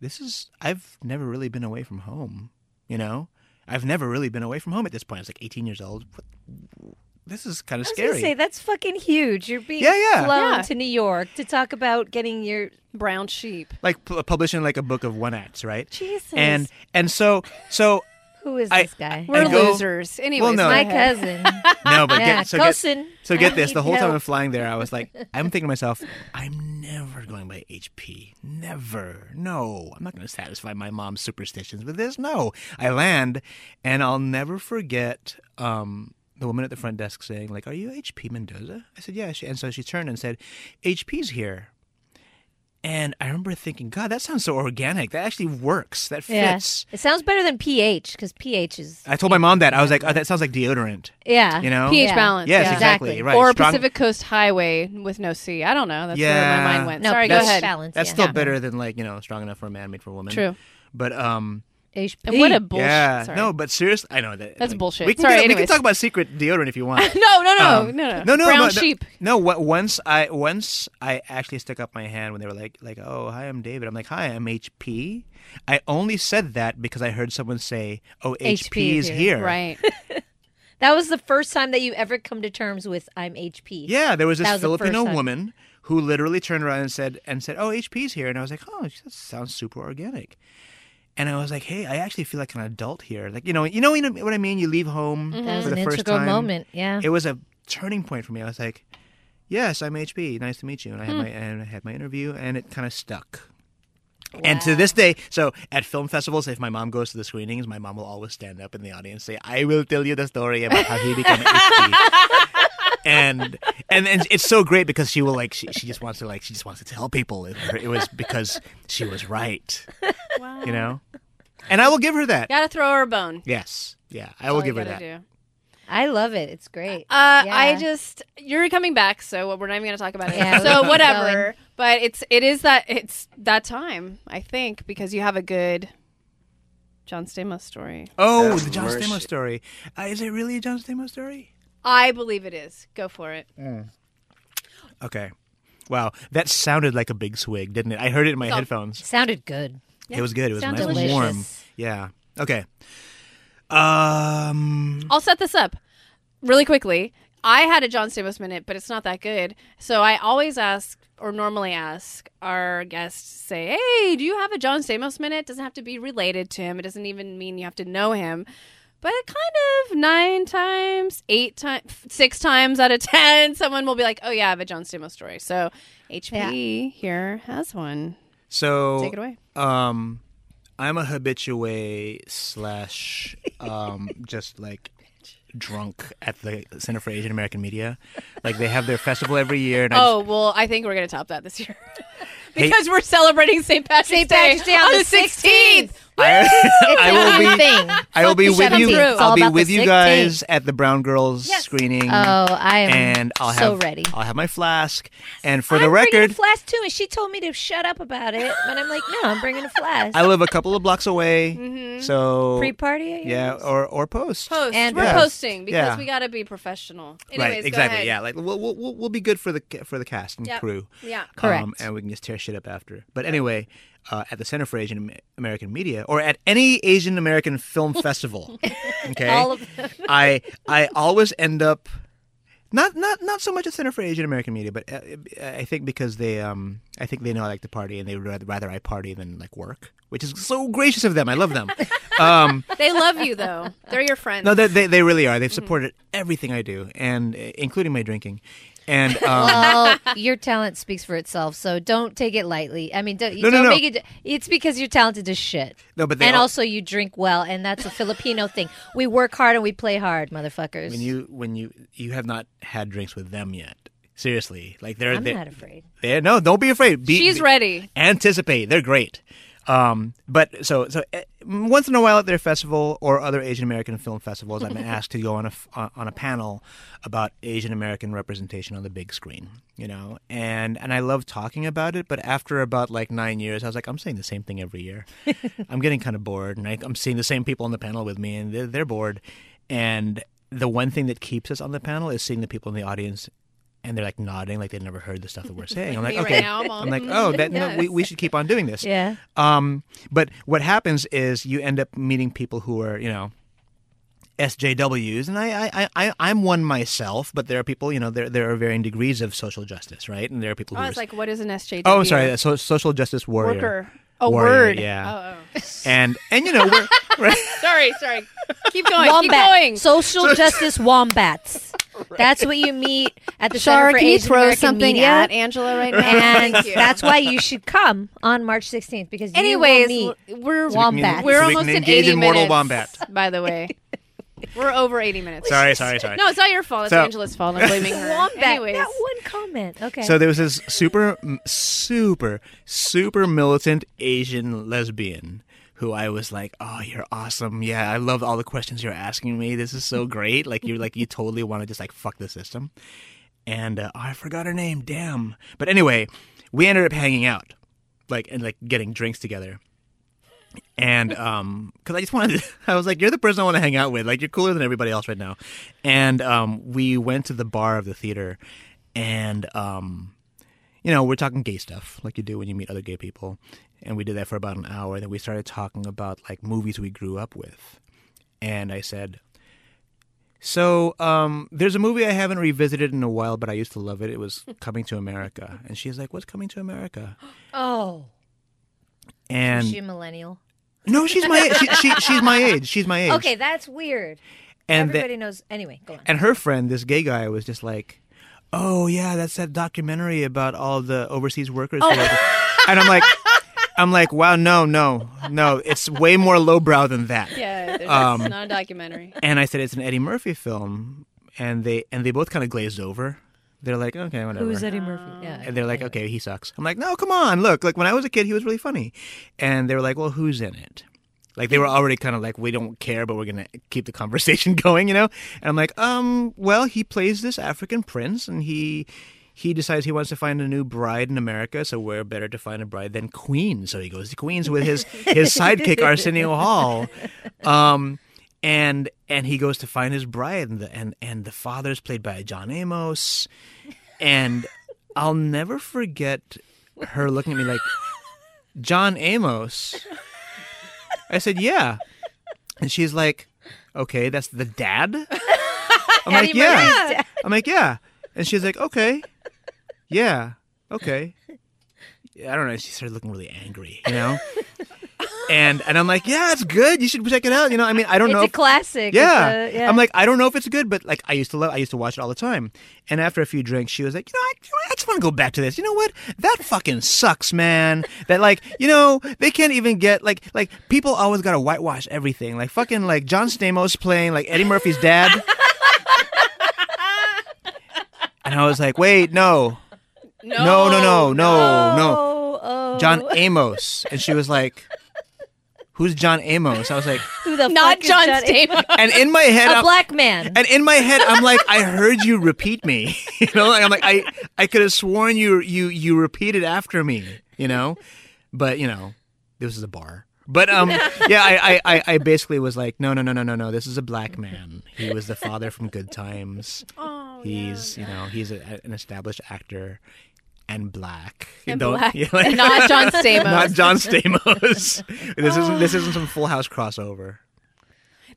Speaker 3: this is. I've never really been away from home. You know, I've never really been away from home at this point. I was like 18 years old. What- This is kind of
Speaker 4: I was gonna
Speaker 3: scary.
Speaker 4: say that's fucking huge. You're being
Speaker 3: Yeah, yeah.
Speaker 4: flown
Speaker 1: Yeah.
Speaker 4: to New York to talk about getting your
Speaker 1: Brown sheep.
Speaker 3: like pu- publishing like a book of one acts, right?
Speaker 4: Jesus.
Speaker 3: And and so so
Speaker 4: who is
Speaker 3: I-
Speaker 4: this guy?
Speaker 1: We're
Speaker 3: I go-
Speaker 1: losers. Anyways,
Speaker 3: no.
Speaker 1: go
Speaker 4: My
Speaker 1: ahead.
Speaker 4: cousin.
Speaker 3: no, but
Speaker 4: yeah,
Speaker 3: get, so get,
Speaker 4: cousin.
Speaker 3: So get this:
Speaker 4: need
Speaker 3: the whole time
Speaker 4: help.
Speaker 3: I'm flying there, I was like, I'm thinking to myself, I'm never going by HP. Never. No, I'm not going to satisfy my mom's superstitions with this. No, I land, and I'll never forget um, the woman at the front desk saying, "Like, are you HP Mendoza?" I said, "Yeah." She, and so she turned and said, "HP's here." And I remember thinking, God, that sounds so organic. That actually works. That
Speaker 4: Yeah.
Speaker 3: fits.
Speaker 4: It sounds better than PH because PH is
Speaker 3: I told my mom that. I was like, oh, that sounds like deodorant.
Speaker 4: yeah.
Speaker 3: You know?
Speaker 1: pH
Speaker 4: Yeah.
Speaker 1: balance.
Speaker 3: Yes,
Speaker 1: yeah.
Speaker 3: exactly.
Speaker 4: Exactly.
Speaker 3: Right.
Speaker 1: Or
Speaker 3: Strong-
Speaker 1: Pacific Coast Highway with no C. I don't know. That's where
Speaker 3: Yeah.
Speaker 1: my mind went.
Speaker 4: No,
Speaker 1: Sorry, go
Speaker 4: that's-
Speaker 1: ahead.
Speaker 4: balance,
Speaker 3: That's
Speaker 4: yeah.
Speaker 3: still
Speaker 4: Yeah.
Speaker 3: better than like you know, strong enough for a man, made for a woman.
Speaker 1: True.
Speaker 3: But um,
Speaker 4: HP.
Speaker 1: And what a bullshit.
Speaker 3: yeah,
Speaker 1: Sorry.
Speaker 3: no, but seriously, I know that
Speaker 1: That's
Speaker 3: like,
Speaker 1: bullshit.
Speaker 3: We can,
Speaker 1: Sorry,
Speaker 3: get- we can
Speaker 1: anyways.
Speaker 3: talk about secret deodorant if you want.
Speaker 1: No, no, no,
Speaker 3: Um,
Speaker 1: no, no,
Speaker 3: no, no,
Speaker 1: Brown
Speaker 3: but-
Speaker 1: sheep.
Speaker 3: No, what, once I once I actually stuck up my hand when they were like like, oh, hi, I'm David. I'm like, hi, I'm HP. I only said that because I heard someone say, oh, HP, is here.
Speaker 1: Right.
Speaker 4: That was the first time that you ever come to terms with I'm HP.
Speaker 3: Yeah, there was this
Speaker 4: That was the first
Speaker 3: Filipino
Speaker 4: time.
Speaker 3: woman who literally turned around and said and said, "Oh, HP's here," and I was like, "Oh, that sounds super organic." And I was like, "Hey, I actually feel like an adult here. Like, you know, you know what I mean. You leave home
Speaker 4: Mm-hmm. That was
Speaker 3: for
Speaker 4: an
Speaker 3: the first
Speaker 4: integral
Speaker 3: time.
Speaker 4: moment. Yeah.
Speaker 3: It was a turning point for me. I was like, "Yes, I'm HP. Nice to meet you." And I had my and I had my interview, and it kind of stuck. And to this day, so at film festivals, if my mom goes to the screenings, my mom will always stand up in the audience and say, "I will tell you the story about how he became HP." and, and and it's so great because she will like she, she just wants to like she just wants to tell people it, it was because she was right,
Speaker 1: wow.
Speaker 3: you know. And I will give her that.
Speaker 1: Gotta throw her a bone.
Speaker 3: Yes, yeah, I will give her that.
Speaker 4: I love it. It's great.
Speaker 1: Uh,
Speaker 4: Yeah.
Speaker 1: I just you're coming back, so we're not even gonna talk about it.
Speaker 4: Yeah, we
Speaker 1: so
Speaker 4: keep
Speaker 1: whatever. But it's it is that it's that time I think because you have a good John Stamos story.
Speaker 3: Oh, the John Stamos story. Uh, is it really a John Stamos story?
Speaker 1: I believe it is. Go for it.
Speaker 3: Okay. Wow, that sounded like a big swig, didn't it? I heard it in my
Speaker 1: Some-
Speaker 3: headphones.
Speaker 4: Sounded good.
Speaker 3: It was good. It was
Speaker 1: Sounds
Speaker 3: nice and
Speaker 1: delicious.
Speaker 3: warm. Yeah. Okay. Um.
Speaker 1: I'll set this up really quickly. I had a John Stamos minute, but it's not that good. So I always ask, or normally ask, our guests say, "Hey, do you have a John Stamos minute?" It doesn't have to be related to him. It doesn't even mean you have to know him. But kind of nine times, eight times, six times out of ten, someone will be like, "Oh yeah, I have a John Stamos story." So HP here has one.
Speaker 3: So
Speaker 1: Take it away.
Speaker 3: Um, I'm a habitue slash um, just like drunk at the Center for Asian American Media. Like they have their festival every year, and I
Speaker 1: Oh well, I think we're gonna top that this year because we're celebrating St. Patrick's,
Speaker 4: St. Patrick's Day on the 16th.
Speaker 3: just, I, I will
Speaker 4: It's
Speaker 3: be.
Speaker 4: a thing.
Speaker 3: I will be
Speaker 4: the
Speaker 3: with
Speaker 4: 17th.
Speaker 3: you.
Speaker 4: It's all
Speaker 3: I'll be
Speaker 4: about the
Speaker 3: with you
Speaker 4: 16th.
Speaker 3: guys at the Brown Girls screening.
Speaker 4: Oh, I am
Speaker 3: Mm-hmm. and I'll
Speaker 4: so
Speaker 3: have
Speaker 4: ready.
Speaker 3: I'll have my flask. And for the
Speaker 4: I'm bringing
Speaker 3: record,
Speaker 4: a flask too, and she told me to shut up about it, but I'm like, no, I'm bringing a flask.
Speaker 3: I live a couple of blocks away.
Speaker 4: Mm-hmm.
Speaker 3: So
Speaker 4: Pre-party, I
Speaker 3: yeah,
Speaker 4: guess?
Speaker 3: or or post.
Speaker 1: Post.
Speaker 4: And
Speaker 1: we're
Speaker 4: Yeah.
Speaker 1: posting because
Speaker 3: uh, Yeah.
Speaker 1: we got to be professional. Anyways,
Speaker 3: Right,
Speaker 1: go
Speaker 3: exactly.
Speaker 1: ahead.
Speaker 3: Yeah, like we'll, we'll we'll- we'll be good for the ca- for the cast and
Speaker 1: Yep.
Speaker 3: crew.
Speaker 1: Yeah.
Speaker 4: Correct.
Speaker 3: Um, and we can just tear shit up after. But anyway, uh, at the Center for Asian Am- American Media or at any Asian American Film Festival, okay,
Speaker 4: All of them.
Speaker 3: I I always end up not not not so much at Center for Asian American Media, but uh, I think because they um I think they know I like to party and they would rather- rather I party than like work, which is so gracious of them. I love them. um,
Speaker 1: They love you though. They're your friends.
Speaker 3: no, they, they they really are.
Speaker 4: Mm.
Speaker 3: They've supported everything I do, and uh, including my drinking. And um,
Speaker 4: well, Oh, your talent speaks for itself, so don't take it lightly. I mean, don't, you
Speaker 3: No, no,
Speaker 4: don't
Speaker 3: no.
Speaker 4: make it. It's because you're talented as shit.
Speaker 3: No, but they
Speaker 4: and
Speaker 3: al-
Speaker 4: also you drink well, and that's a Filipino thing. We work hard and we play hard, motherfuckers.
Speaker 3: when you when you you have not had drinks with them yet, seriously, like they're
Speaker 4: I'm
Speaker 3: they,
Speaker 4: not afraid.
Speaker 3: They're, no, don't be afraid. Be,
Speaker 1: She's
Speaker 3: be-
Speaker 1: ready.
Speaker 3: Anticipate. They're great. Um, but so so eh, once in a while at their festival or other Asian American film festivals, I'm asked to go on a f- on on a panel about Asian American representation on the big screen. You know, and and I love talking about it. But after about like nine years, I was like, I'm saying the same thing every year. I'm getting kind of bored, and I, I'm seeing the same people on the panel with me, and they're, they're bored. And the one thing that keeps us on the panel is seeing the people in the audience. And they're like nodding, like they've never heard the stuff that we're saying. I'm like,
Speaker 1: Me right
Speaker 3: okay,
Speaker 1: now, I'm all,
Speaker 3: I'm like,
Speaker 1: "Mm,
Speaker 3: oh, that, no, we,
Speaker 1: yes."
Speaker 3: we should keep on doing this.
Speaker 4: Yeah.
Speaker 3: Um, but what happens is you end up meeting people who are, you know, SJWs, and I, I, I, I'm one myself. But there are people, you know, there there are varying degrees of social justice, right? And there are people
Speaker 1: Oh,
Speaker 3: who
Speaker 1: I
Speaker 3: are
Speaker 1: was like, what is an SJW?
Speaker 3: oh, I'm sorry, so, social justice warrior,
Speaker 1: Worker. A
Speaker 3: Warrior,
Speaker 1: word.
Speaker 3: yeah.
Speaker 1: Oh,
Speaker 3: and and you know, we're, right?
Speaker 1: oh. Sorry, sorry. Keep going. Keep
Speaker 4: Wombat.
Speaker 1: going.
Speaker 4: Social justice wombats. That's what you meet at the Center
Speaker 1: Shara,
Speaker 4: for
Speaker 1: can you
Speaker 4: Asian
Speaker 1: throw
Speaker 4: American
Speaker 1: something
Speaker 4: Media.
Speaker 1: at Angela right now?
Speaker 4: and
Speaker 1: Thank you.
Speaker 4: that's why you should come on March 16th because you will
Speaker 1: Anyways,
Speaker 4: meet
Speaker 1: we're
Speaker 4: wombats.
Speaker 1: We're
Speaker 3: So we
Speaker 1: almost at
Speaker 3: can engage
Speaker 1: 80
Speaker 3: in mortal
Speaker 1: minutes,
Speaker 3: wombat.
Speaker 1: By the way, we're over 80 minutes.
Speaker 3: sorry, sorry, sorry.
Speaker 1: No, it's not your fault. It's
Speaker 3: So-
Speaker 1: Angela's fault. I'm blaming her.
Speaker 4: wombat.
Speaker 1: Anyways,
Speaker 4: That one comment. Okay.
Speaker 3: So there was this super, m- super, super militant Asian lesbian who I was like, "Oh, you're awesome! Yeah, I love all the questions you're asking me. This is so great! Like you're like you totally want to just like fuck the system." And uh, I forgot her name. Damn. But anyway, we ended up hanging out, like and like getting drinks together. And um, because I just wanted, to, I was like, "You're the person I want to hang out with. Like, you're cooler than everybody else right now." And um, we went to the bar of the theater, and um, you know, we're talking gay stuff, like you do when you meet other gay people, and we did that for about an hour. Then we started talking about like movies we grew up with, and I said, "So, um, there's a movie I haven't revisited in a while, but I used to love it. It was Coming to America." And she's like, "What's Coming to America?"
Speaker 4: oh,
Speaker 3: And
Speaker 4: is she a millennial?
Speaker 3: no, she's my she, she, she's my age. She's my age.
Speaker 4: Okay, that's weird.
Speaker 3: and the-
Speaker 4: Everybody knows. Anyway, go on.
Speaker 3: And her friend, this gay guy, was just like, "Oh yeah, that's that documentary about all the overseas workers."
Speaker 4: Oh.
Speaker 3: who are- and I'm like, I'm like, wow, no, no, no, it's way more lowbrow than that.
Speaker 1: yeah, there's-
Speaker 3: Um,
Speaker 1: it's not a documentary.
Speaker 3: And I said, it's an Eddie Murphy film, and they and they both kind of glazed over. They're like, okay, whatever.
Speaker 4: Eddie
Speaker 1: Oh.
Speaker 4: Murphy? Yeah.
Speaker 3: And they're like, okay, he sucks. I'm like, no, come on, look, like when I was a kid, he was really funny. And they were like, well, who's in it? Like they were already kind of like, we don't care, but we're gonna keep the conversation going, you know? And I'm like, um, well, he plays this African prince, and he he decides he wants to find a new bride in America, so where better to find a bride than Queens? So he goes to Queens with his his sidekick Arsenio Hall. Um, and and he goes to find his bride, and the and, and the father's played by John Amos, and I'll never forget her looking at me like, John Amos. I said, yeah. And she's like, okay, that's the dad? I'm like,
Speaker 4: Eddie
Speaker 3: yeah.
Speaker 4: Murphy's dad.
Speaker 3: I'm like, yeah. And she's like, okay. Yeah. Okay. I don't know. She started looking really angry, you know? And and I'm like, yeah, it's good. You should check it out. You know, I mean, I don't
Speaker 4: It's
Speaker 3: know.
Speaker 4: a
Speaker 3: if-
Speaker 4: classic.
Speaker 3: yeah.
Speaker 4: It's a- yeah.
Speaker 3: I'm like, I don't know if it's good, but like, I used to love, I used to watch it all the time. And after a few drinks, she was like, you know, I, you know, I just want to go back to this. You know what? That fucking sucks, man. That like, you know, they can't even get like, like people always gotta whitewash everything. Like fucking like John Stamos playing like Eddie Murphy's dad. and I was like, wait, no, no, no, no, no, no.
Speaker 4: Oh, oh.
Speaker 3: John Amos. And she was like. Who's John Amos? I was like,
Speaker 4: Who the
Speaker 1: Not
Speaker 4: fuck is
Speaker 1: John
Speaker 4: John
Speaker 1: Stamos.
Speaker 3: and in my head,
Speaker 4: A
Speaker 3: I'm-
Speaker 4: black man.
Speaker 3: And in my head, I'm like, I heard you repeat me. You know, like, I'm like, I, I could have sworn you, you, you repeated after me. You know, but you know, this is a bar. But um, yeah, I, I, I, I basically was like, no, no, no, no, no, no. This is a black man. He was the father from Good Times.
Speaker 1: Oh,
Speaker 3: He's, you know, he's a, an established actor and black. You
Speaker 1: And
Speaker 3: don't-
Speaker 1: black.
Speaker 3: yeah, like-
Speaker 1: not John Stamos.
Speaker 3: not John Stamos. this isn't this isn't some Full House crossover.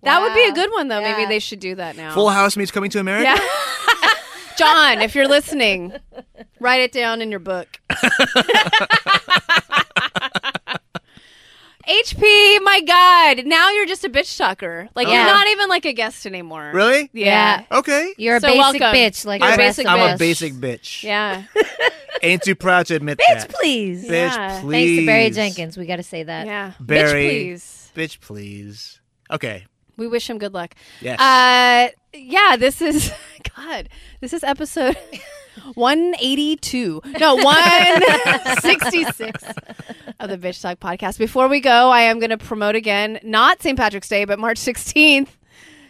Speaker 1: that would be a
Speaker 4: Wow.
Speaker 1: good one though.
Speaker 4: Yeah.
Speaker 1: Maybe they should do that now.
Speaker 3: Full House meets Coming to America.
Speaker 1: yeah. John, if you're listening, write it down in your book. HP, my God. Now you're just a bitch talker. Like,
Speaker 4: Yeah.
Speaker 1: you're not even like a guest anymore.
Speaker 3: Really?
Speaker 1: Yeah.
Speaker 3: Okay.
Speaker 4: You're a
Speaker 1: So
Speaker 4: basic
Speaker 1: welcome.
Speaker 4: bitch. Like
Speaker 1: You're a
Speaker 4: the
Speaker 3: I,
Speaker 4: rest
Speaker 1: basic
Speaker 4: of
Speaker 3: am
Speaker 1: bitch.
Speaker 3: a basic bitch.
Speaker 1: Yeah.
Speaker 3: Ain't too proud to admit
Speaker 4: us.
Speaker 3: that.
Speaker 4: Bitch, please.
Speaker 3: Bitch,
Speaker 1: Yeah.
Speaker 3: please.
Speaker 4: Thanks to Barry Jenkins. We got to say that.
Speaker 1: Yeah. Bitch,
Speaker 3: Barry.
Speaker 1: please.
Speaker 3: Bitch, please. Okay.
Speaker 1: We wish him good luck.
Speaker 3: Yes.
Speaker 1: Uh, yeah, this is God. This is episode 182. No, 166 of the Bitch Talk podcast. Before we go, I am going to promote again, not St. Patrick's Day, but March 16th.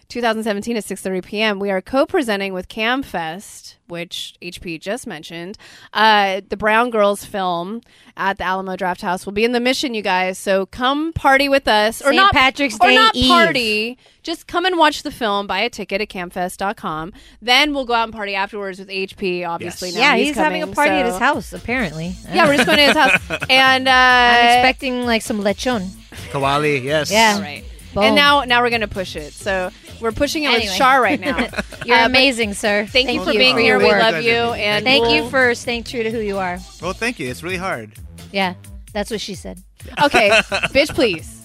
Speaker 1: 2017 at 6:30 p.m. We are co-presenting with Camfest, which HP just mentioned. Uh, the Brown Girls film at the Alamo Draft House will be in the Mission, you guys. So come party with us, or
Speaker 4: St.
Speaker 1: not
Speaker 4: Patrick's
Speaker 1: or
Speaker 4: Day
Speaker 1: not
Speaker 4: Eve.
Speaker 1: party. Just come and watch the film. Buy a ticket at camfest.com. Then we'll go out and party afterwards with HP. Obviously,
Speaker 3: Yes.
Speaker 1: now
Speaker 4: Yeah, he's, having a
Speaker 1: coming,
Speaker 4: party at
Speaker 1: so-
Speaker 4: his house, apparently.
Speaker 1: Yeah, we're just going to his house, and uh,
Speaker 4: I'm expecting like some lechon.
Speaker 3: Kawali, yes.
Speaker 4: Yeah.
Speaker 1: All right.
Speaker 4: Boom.
Speaker 1: And now, now we're going to push it. So we're pushing it with
Speaker 4: Anyway.
Speaker 1: Char right now.
Speaker 4: You're
Speaker 1: Uh, but
Speaker 4: amazing, sir.
Speaker 1: Thank, you for being
Speaker 3: for
Speaker 1: here.
Speaker 3: your
Speaker 1: We
Speaker 3: work.
Speaker 1: love
Speaker 3: Guys
Speaker 1: you,
Speaker 3: are amazing.
Speaker 1: and
Speaker 4: Thank you
Speaker 1: we'll-
Speaker 4: for staying true to who you are.
Speaker 3: Well, thank you. It's really hard.
Speaker 4: Yeah, that's what she said.
Speaker 1: Okay, bitch, please.